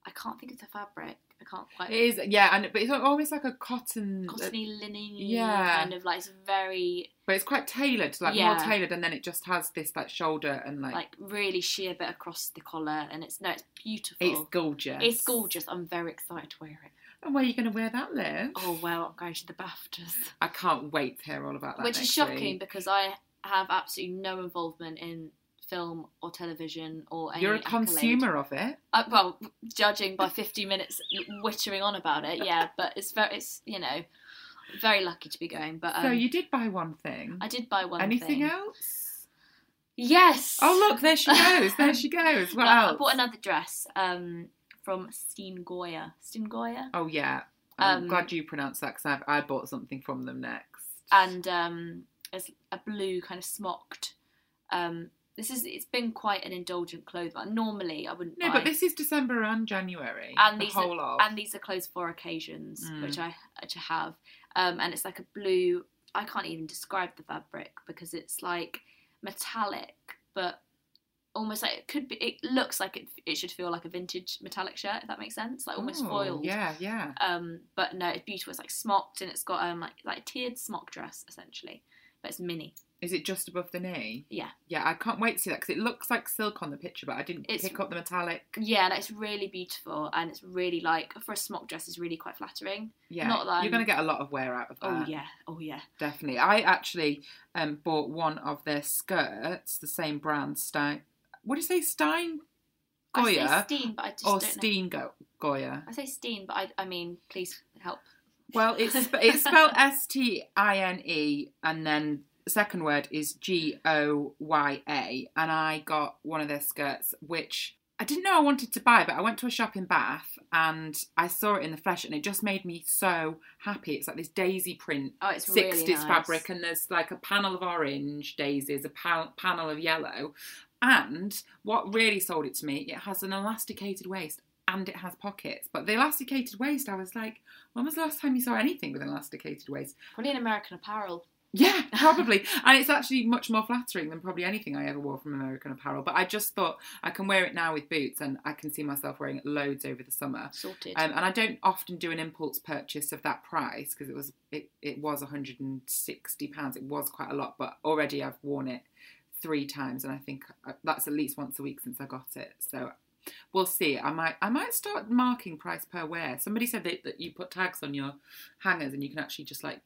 Speaker 2: I can't think of the fabric. I can't quite
Speaker 3: It is yeah, and but it's almost like a cotton, uh,
Speaker 2: cottony linen
Speaker 3: Yeah.
Speaker 2: kind of like it's very
Speaker 3: but it's quite tailored, like more
Speaker 2: Yeah.
Speaker 3: tailored, and then it just has this like shoulder and like,
Speaker 2: like really sheer bit across the collar and it's no it's beautiful.
Speaker 3: it's gorgeous.
Speaker 2: oh, It's gorgeous. I'm very excited to wear it.
Speaker 3: And where are you going to wear that, Liv?
Speaker 2: Oh well, I'm going to the BAFTAs.
Speaker 3: I can't wait to hear all about that.
Speaker 2: which is
Speaker 3: next
Speaker 2: shocking
Speaker 3: week.
Speaker 2: because I have absolutely no involvement in film or television or any
Speaker 3: You're a
Speaker 2: accolade.
Speaker 3: consumer of it.
Speaker 2: Uh, well, judging by 50 minutes wittering on about it, yeah, but it's very, it's you know, very lucky to be going. But um,
Speaker 3: so you did buy one thing.
Speaker 2: I did buy one.
Speaker 3: Anything
Speaker 2: thing.
Speaker 3: else?
Speaker 2: Yes.
Speaker 3: Oh look, there she goes. There she goes. What
Speaker 2: But I
Speaker 3: else?
Speaker 2: bought another dress um, from Steengoya. Steengoya.
Speaker 3: Oh yeah. I'm
Speaker 2: Um,
Speaker 3: glad you pronounced that because I bought something
Speaker 2: Uh,
Speaker 3: from them next.
Speaker 2: and um, it's a blue kind of smocked um, This is it's been quite an indulgent clothes line. Normally I wouldn't
Speaker 3: No,
Speaker 2: buy.
Speaker 3: but this is December and January.
Speaker 2: and
Speaker 3: the
Speaker 2: these
Speaker 3: whole
Speaker 2: are,
Speaker 3: of. Mm.
Speaker 2: and these are clothes for occasions, which I which I have. Um, and it's like a blue. I can't even describe the fabric because it's like metallic, but almost like it could be. It looks like it. It should feel like a vintage metallic shirt, if that makes sense. Like almost
Speaker 3: Ooh,
Speaker 2: foiled.
Speaker 3: Yeah, yeah.
Speaker 2: Um, but no, it's beautiful. It's like smocked, and it's got um like like a tiered smock dress essentially, but it's mini.
Speaker 3: Is it just above the knee?
Speaker 2: Yeah,
Speaker 3: Yeah, I can't wait to see that because it looks like silk on the picture, but I didn't
Speaker 2: It's-
Speaker 3: pick up the metallic.
Speaker 2: yeah, like it's really beautiful, and it's really like for a smock dress is really quite flattering.
Speaker 3: Yeah,
Speaker 2: not that I'm-
Speaker 3: you're going to get a lot of wear out of that.
Speaker 2: Oh yeah, oh yeah.
Speaker 3: definitely. I actually um, bought one of their skirts, the same brand Stein. What do you say, Stein
Speaker 2: I
Speaker 3: Goya
Speaker 2: say Steen, but I just
Speaker 3: or
Speaker 2: don't know.
Speaker 3: Steen Go- Goya?
Speaker 2: I say Steen, but I, I mean, please help.
Speaker 3: Well, it's sp- it's spelled S T I N E, and then second word is G O Y A. And I got one of their skirts, which I didn't know I wanted to buy, but I went to a shop in Bath and I saw it in the flesh, and it just made me so happy. It's like this daisy print,
Speaker 2: Oh, it's really
Speaker 3: 60s
Speaker 2: nice.
Speaker 3: fabric, and there's like a panel of orange daisies, a pa- panel of yellow. And what really sold it to me, it has an elasticated waist and it has pockets. But the elasticated waist, I was like, when was the last time you saw anything with an elasticated waist?
Speaker 2: Probably an American Apparel.
Speaker 3: Yeah, probably. and it's actually much more flattering than probably anything I ever wore from American Apparel. But I just thought I can wear it now with boots and I can see myself wearing it loads over the summer.
Speaker 2: Sorted.
Speaker 3: Um, and I don't often do an impulse purchase of that price because it was it, it was 160 pounds. It was quite a lot, but already I've worn it three times, and I think uh, that's at least once a week since I got it. So we'll see. I might I might start marking price per wear. Somebody said that, that you put tags on your hangers and you can actually just like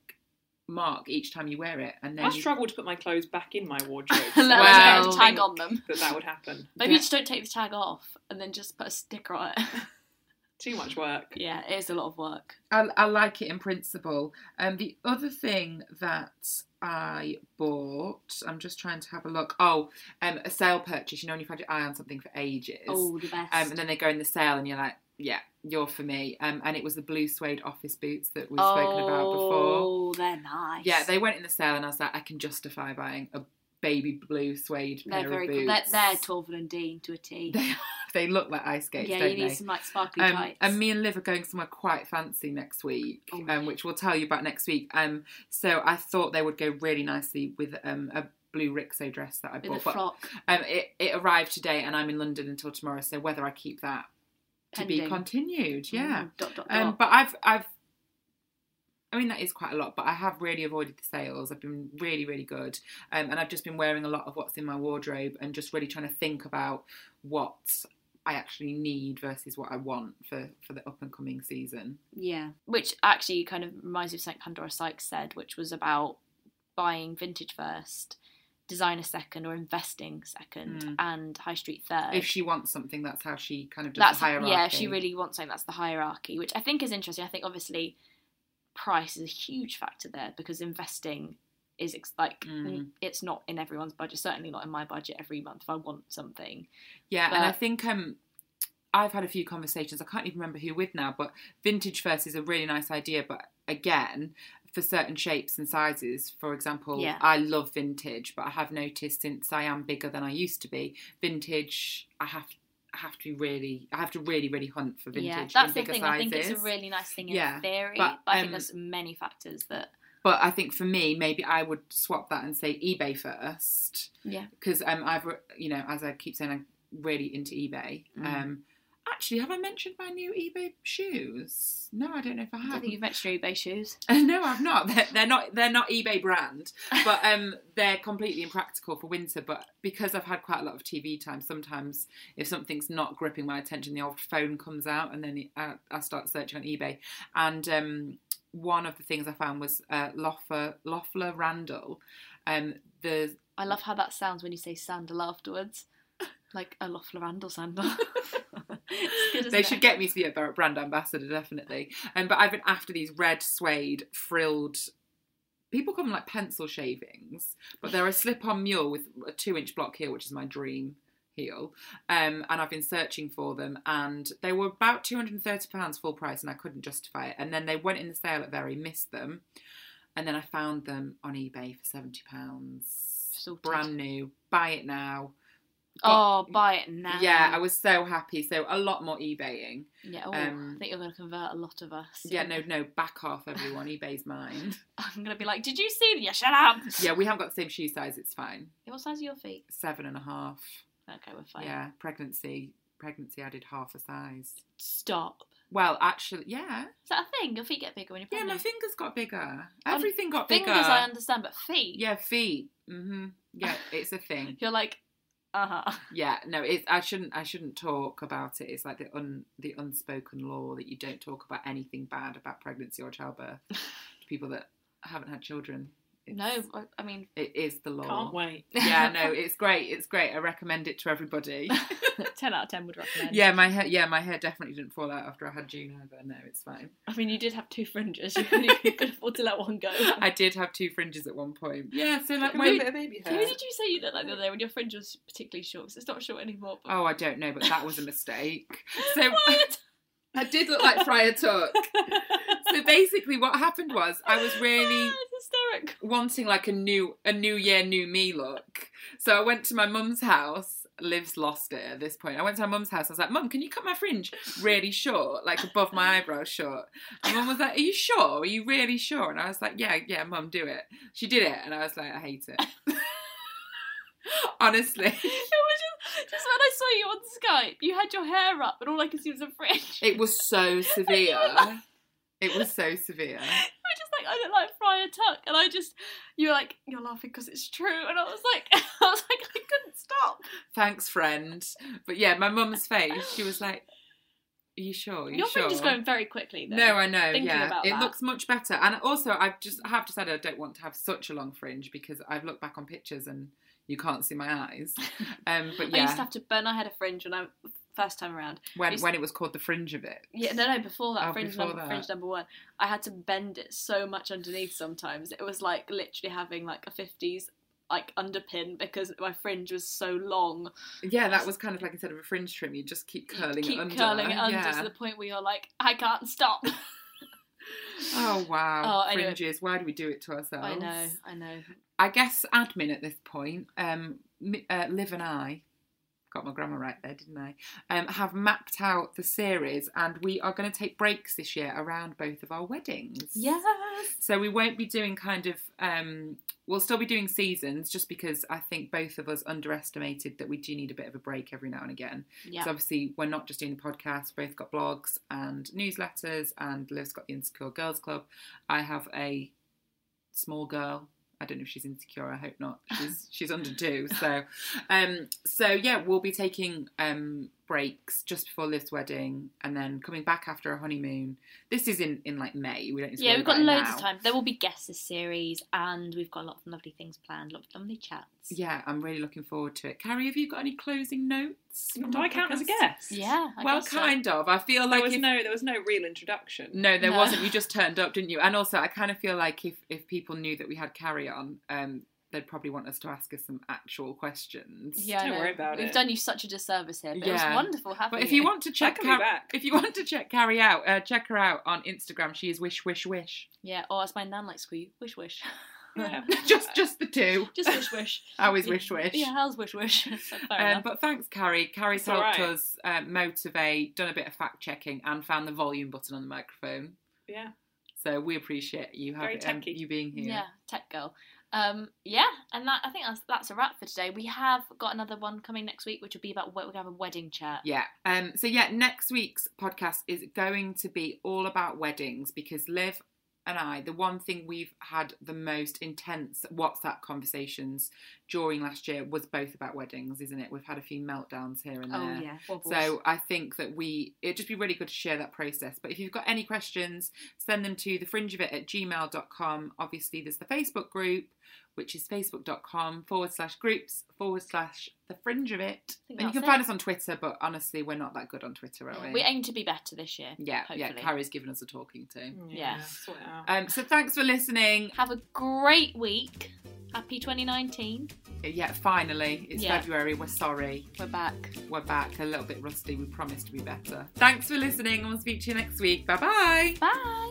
Speaker 3: mark each time you wear it, and then
Speaker 4: I
Speaker 3: you-
Speaker 4: struggle to put my clothes back in my wardrobe.
Speaker 2: Let
Speaker 4: I
Speaker 3: Well-
Speaker 4: don't
Speaker 2: tag
Speaker 4: think
Speaker 2: on them.
Speaker 4: That that would happen.
Speaker 2: Maybe
Speaker 3: yeah.
Speaker 2: you just don't take the tag off and then just put a sticker on it.
Speaker 4: Too much work.
Speaker 2: yeah, it is a lot of work.
Speaker 3: I, I like it in principle. Um, the other thing that I bought, I'm just trying to have a look. Oh, um, a sale purchase. You know when you've had your eye on something for ages,
Speaker 2: Oh, the best.
Speaker 3: um, and then they go in the sale, and you're like, yeah, you're for me. Um, and it was the blue suede office boots that we've spoken about before.
Speaker 2: Oh, they're nice.
Speaker 3: Yeah, they went in the sale, and I was like, I can justify buying a baby blue suede pair
Speaker 2: They're very
Speaker 3: of
Speaker 2: cool.
Speaker 3: boots.
Speaker 2: They're, they're Torval and Dean to a T.
Speaker 3: They are- they look like ice skates,
Speaker 2: yeah,
Speaker 3: don't
Speaker 2: you need
Speaker 3: they?
Speaker 2: some like sparkly
Speaker 3: Um,
Speaker 2: tights.
Speaker 3: and me and Liv are going somewhere quite fancy next week,
Speaker 2: Oh, yeah.
Speaker 3: um, which we'll tell you about next week. Um, so I thought they would go really nicely with um, a blue Rixo dress that I
Speaker 2: with a
Speaker 3: bought. But
Speaker 2: frock.
Speaker 3: um, it, it arrived today, and I'm in London until tomorrow. So whether I keep that to be
Speaker 2: Pending.
Speaker 3: continued, yeah.
Speaker 2: Mm, dot, dot,
Speaker 3: Um,
Speaker 2: dot.
Speaker 3: but I've I've I mean that is quite a lot, but I have really avoided the sales. I've been really really good, um, and I've just been wearing a lot of what's in my wardrobe and just really trying to think about what I actually need versus what I want for for the up and coming season.
Speaker 2: Yeah, which actually kind of reminds me of something Pandora Sykes said, which was about buying vintage first, designer second, or investing second,
Speaker 3: Mm.
Speaker 2: and high street third.
Speaker 3: If she wants something, that's how she kind of does
Speaker 2: that's
Speaker 3: the hierarchy.
Speaker 2: yeah, if she really wants something, that's the hierarchy, which I think is interesting. I think obviously price is a huge factor there because investing is ex- like
Speaker 3: Mm.
Speaker 2: it's not in everyone's budget, certainly not in my budget every month if I want something.
Speaker 3: Yeah, and I
Speaker 2: But-
Speaker 3: think um, I've had a few conversations. I can't even remember who with now, but vintage first is a really nice idea. But again, for certain shapes and sizes, for example,
Speaker 2: Yeah.
Speaker 3: I love vintage, but I have noticed since I am bigger than I used to be, vintage I have I have to be really I have to really really hunt for vintage.
Speaker 2: yeah,
Speaker 3: in
Speaker 2: that's the
Speaker 3: bigger
Speaker 2: thing. I
Speaker 3: Sizes.
Speaker 2: think it's a really nice thing in
Speaker 3: Yeah,
Speaker 2: theory,
Speaker 3: but,
Speaker 2: but, I
Speaker 3: um,
Speaker 2: think there's many factors that
Speaker 3: But I think for me, maybe I would swap that and say eBay first.
Speaker 2: yeah.
Speaker 3: because um, I've re- you know as I keep saying I'm really into eBay. Um, actually, have I mentioned my new eBay shoes? No, I don't know if I
Speaker 2: I
Speaker 3: have.
Speaker 2: don't think you've mentioned your eBay shoes.
Speaker 3: no, I've not. They're, they're not. They're not eBay brand, but um, they're completely impractical for winter. But because I've had quite a lot of TV time, sometimes if something's not gripping my attention, the old phone comes out, and then I, I start searching on eBay. And um, one of the things I found was uh, Lofla Lofla Randall. Um, the
Speaker 2: I love how that sounds when you say sandal afterwards, like a Lough Lorandal sandal. It's good, isn't
Speaker 3: they
Speaker 2: it?
Speaker 3: should get me to be a br- brand ambassador, definitely. Um, but I've been after these red suede frilled. People call them like pencil shavings, but they're a slip-on mule with a two-inch block heel, which is my dream heel. Um, and I've been searching for them, and they were about two hundred and thirty pounds full price, and I couldn't justify it. And then they went in the sale at Very, missed them, and then I found them on eBay for seventy pounds.
Speaker 2: Sorted.
Speaker 3: brand new. Buy it now.
Speaker 2: Oh, buy it now.
Speaker 3: Yeah, I was so happy. So a lot more eBaying.
Speaker 2: Yeah, oh,
Speaker 3: um,
Speaker 2: I think you're going to convert a lot of us.
Speaker 3: Yeah, no, no, back off everyone. eBay's mine.
Speaker 2: I'm going to be like, did you see? Yeah, shut up.
Speaker 3: Yeah, we haven't got the same shoe size. It's fine.
Speaker 2: What size are your feet?
Speaker 3: Seven and a half.
Speaker 2: Okay, we're fine.
Speaker 3: Yeah, pregnancy. Pregnancy added half a size.
Speaker 2: Stop.
Speaker 3: Well, actually, yeah.
Speaker 2: Is that a thing? Your feet get bigger when you're
Speaker 3: Yeah,
Speaker 2: pregnant.
Speaker 3: my fingers got bigger. Everything got bigger.
Speaker 2: Fingers, I understand, but feet.
Speaker 3: Yeah, feet. hmm Yeah, it's a thing.
Speaker 2: You're like, uh huh.
Speaker 3: Yeah, no, it's I shouldn't I shouldn't talk about it. It's like the un the unspoken law that you don't talk about anything bad about pregnancy or childbirth to people that haven't had children. It's-
Speaker 2: No, I- I mean,
Speaker 3: it is the law.
Speaker 4: Can't wait.
Speaker 3: Yeah, no, it's great. It's great. I recommend it to everybody.
Speaker 2: 10 out of 10 would recommend.
Speaker 3: yeah, my hair. Yeah, my hair definitely didn't fall out after I had June either. No, it's fine.
Speaker 2: I mean, you did have two fringes. You could, you could afford to let one go.
Speaker 3: I did have two fringes at one point. Yeah, so like
Speaker 4: Can
Speaker 3: when
Speaker 4: we bit of baby
Speaker 2: Who
Speaker 4: hair.
Speaker 2: did you say you looked like the other day when your fringe was particularly short? 'Cause it's not short anymore. But
Speaker 3: Oh, I don't know, but that was a mistake. So
Speaker 2: What?
Speaker 3: I did look like Friar Tuck. so basically, what happened was I was really
Speaker 2: Ah, it's hysterical.
Speaker 3: wanting like a new a new year, new me look. So I went to my mum's house. Liv's lost it at this point. I went to my mum's house. I was like, "Mum, can you cut my fringe really short, like above my eyebrow short?" And mum was like, "Are you sure? Are you really sure?" And I was like, "Yeah, yeah, mum, do it." She did it, and I was like, "I hate it." Honestly.
Speaker 2: It was just, just when I saw you on Skype, you had your hair up, and all I could see was a fringe.
Speaker 3: It was so severe. It was so severe.
Speaker 2: I was just like, I look like Friar Tuck, and I just, you were like, you're laughing because it's true, and I was like, I was like, I couldn't stop.
Speaker 3: Thanks, friend. But yeah, my mum's face, she was like, Are you sure? Are you
Speaker 2: Your
Speaker 3: sure?
Speaker 2: fringe is going very quickly. Though.
Speaker 3: no, I know.
Speaker 2: Thinking
Speaker 3: Yeah,
Speaker 2: about
Speaker 3: it
Speaker 2: that.
Speaker 3: looks much better. And also, I've just I have decided I don't want to have such a long fringe because I've looked back on pictures and you can't see my eyes. Um,
Speaker 2: I
Speaker 3: but
Speaker 2: used to
Speaker 3: yeah,
Speaker 2: have to burn. I had a fringe when I first time around. I
Speaker 3: when
Speaker 2: used-
Speaker 3: when it was called the fringe of it.
Speaker 2: Yeah, no, no. Before that,
Speaker 3: Oh,
Speaker 2: fringe
Speaker 3: before
Speaker 2: number
Speaker 3: that.
Speaker 2: fringe number one, I had to bend it so much underneath. Sometimes it was like literally having like a fifties like underpin because my fringe was so long.
Speaker 3: Yeah, that was kind of like instead of a fringe trim, you just keep
Speaker 2: You
Speaker 3: curling
Speaker 2: keep
Speaker 3: it under.
Speaker 2: curling it under
Speaker 3: Yeah.
Speaker 2: to the point where you're like, I can't stop.
Speaker 3: Oh wow,
Speaker 2: Oh, anyway.
Speaker 3: fringes! Why do we do it to ourselves?
Speaker 2: I know, I know.
Speaker 3: I guess admin at this point, um, m- uh, Liv and I, got my grammar right there, didn't I? Um, have mapped out the series, and we are going to take breaks this year around both of our weddings. So we won't be doing kind of. Um, we'll still be doing seasons, just because I think both of us underestimated that we do need a bit of a break every now and again.
Speaker 2: Yeah.
Speaker 3: So obviously we're not just doing the podcast. We've both got blogs and newsletters, and Liv's got the Insecure Girls Club. I have a small girl. I don't know if she's insecure. I hope not. She's she's under two. So, um, so yeah, we'll be taking um breaks just before Liv's wedding, and then coming back after a honeymoon. This is in in like May. We don't. Need to
Speaker 2: Yeah,
Speaker 3: worry
Speaker 2: we've got
Speaker 3: about it
Speaker 2: loads
Speaker 3: now.
Speaker 2: of time. There will be guests this series, and we've got a lot of lovely things planned, a lot of lovely chats.
Speaker 3: Yeah, I'm really looking forward to it. Carrie, have you got any closing notes? from
Speaker 4: Do
Speaker 3: our
Speaker 4: I count as a
Speaker 3: podcast?
Speaker 4: guest?
Speaker 2: Yeah. I
Speaker 3: well,
Speaker 2: guess so.
Speaker 3: kind of. I feel
Speaker 4: There
Speaker 3: like
Speaker 4: was
Speaker 3: if- Mm,
Speaker 4: no, there was no real introduction.
Speaker 3: No, there
Speaker 2: No.
Speaker 3: wasn't. You just turned up, didn't you? And also, I kind of feel like if if people knew that we had carry on, um, they'd probably want us to ask us some actual questions.
Speaker 2: Yeah, I
Speaker 4: Don't
Speaker 2: know.
Speaker 4: worry about
Speaker 2: We've
Speaker 4: it.
Speaker 2: done you such a disservice here. But It
Speaker 3: Yeah.
Speaker 2: was wonderful having
Speaker 3: But if you want to check,
Speaker 4: can be back.
Speaker 3: if you want to check Carrie out, uh, check her out on Instagram. She is wish wish wish.
Speaker 2: Yeah, or as my nan likes to call you, wish wish.
Speaker 4: Yeah.
Speaker 3: just just the two.
Speaker 2: Just wish wish.
Speaker 3: I was wish wish.
Speaker 2: Yeah, how's wish wish? Fair
Speaker 3: Um,
Speaker 2: enough.
Speaker 3: but thanks, Carrie. Carrie's
Speaker 4: It's all
Speaker 3: helped
Speaker 4: right.
Speaker 3: us uh, motivate, done a bit of fact checking, and found the volume button on the microphone.
Speaker 4: Yeah.
Speaker 3: So we appreciate you
Speaker 4: Very
Speaker 3: having um,
Speaker 4: techy.
Speaker 3: you being here.
Speaker 2: yeah, tech girl. Um, yeah, and that I think that's, that's a wrap for today. We have got another one coming next week, which will be about what we're gonna have a wedding chat.
Speaker 3: Yeah. Um. So yeah, next week's podcast is going to be all about weddings because Liv and I, the one thing we've had the most intense WhatsApp conversations during last year was both about weddings, isn't it? We've had a few meltdowns here and there.
Speaker 2: Oh yeah. wobbles.
Speaker 3: So I think that we it'd just be really good to share that process. But if you've got any questions, send them to thefringeofit at gmail.com. Obviously there's the Facebook group, which is facebook.com forward slash groups forward slash the fringe of it.
Speaker 2: think
Speaker 3: And you
Speaker 2: that's
Speaker 3: can find
Speaker 2: it.
Speaker 3: us on Twitter, but honestly we're not that good on Twitter, are
Speaker 2: Yeah,
Speaker 3: we?
Speaker 2: we aim to be better this year.
Speaker 3: yeah,
Speaker 2: hopefully. Mm.
Speaker 3: yeah, Carrie's given us a talking to.
Speaker 2: Yeah.
Speaker 4: Sort it out.
Speaker 3: Um, so thanks for listening.
Speaker 2: Have a great week. Happy 2019.
Speaker 3: Yeah, finally. It's
Speaker 2: Yeah.
Speaker 3: February. We're sorry.
Speaker 2: We're back.
Speaker 3: We're back a little bit rusty. We promised to be better. Thanks for listening and we'll speak to you next week. Bye bye.
Speaker 2: Bye.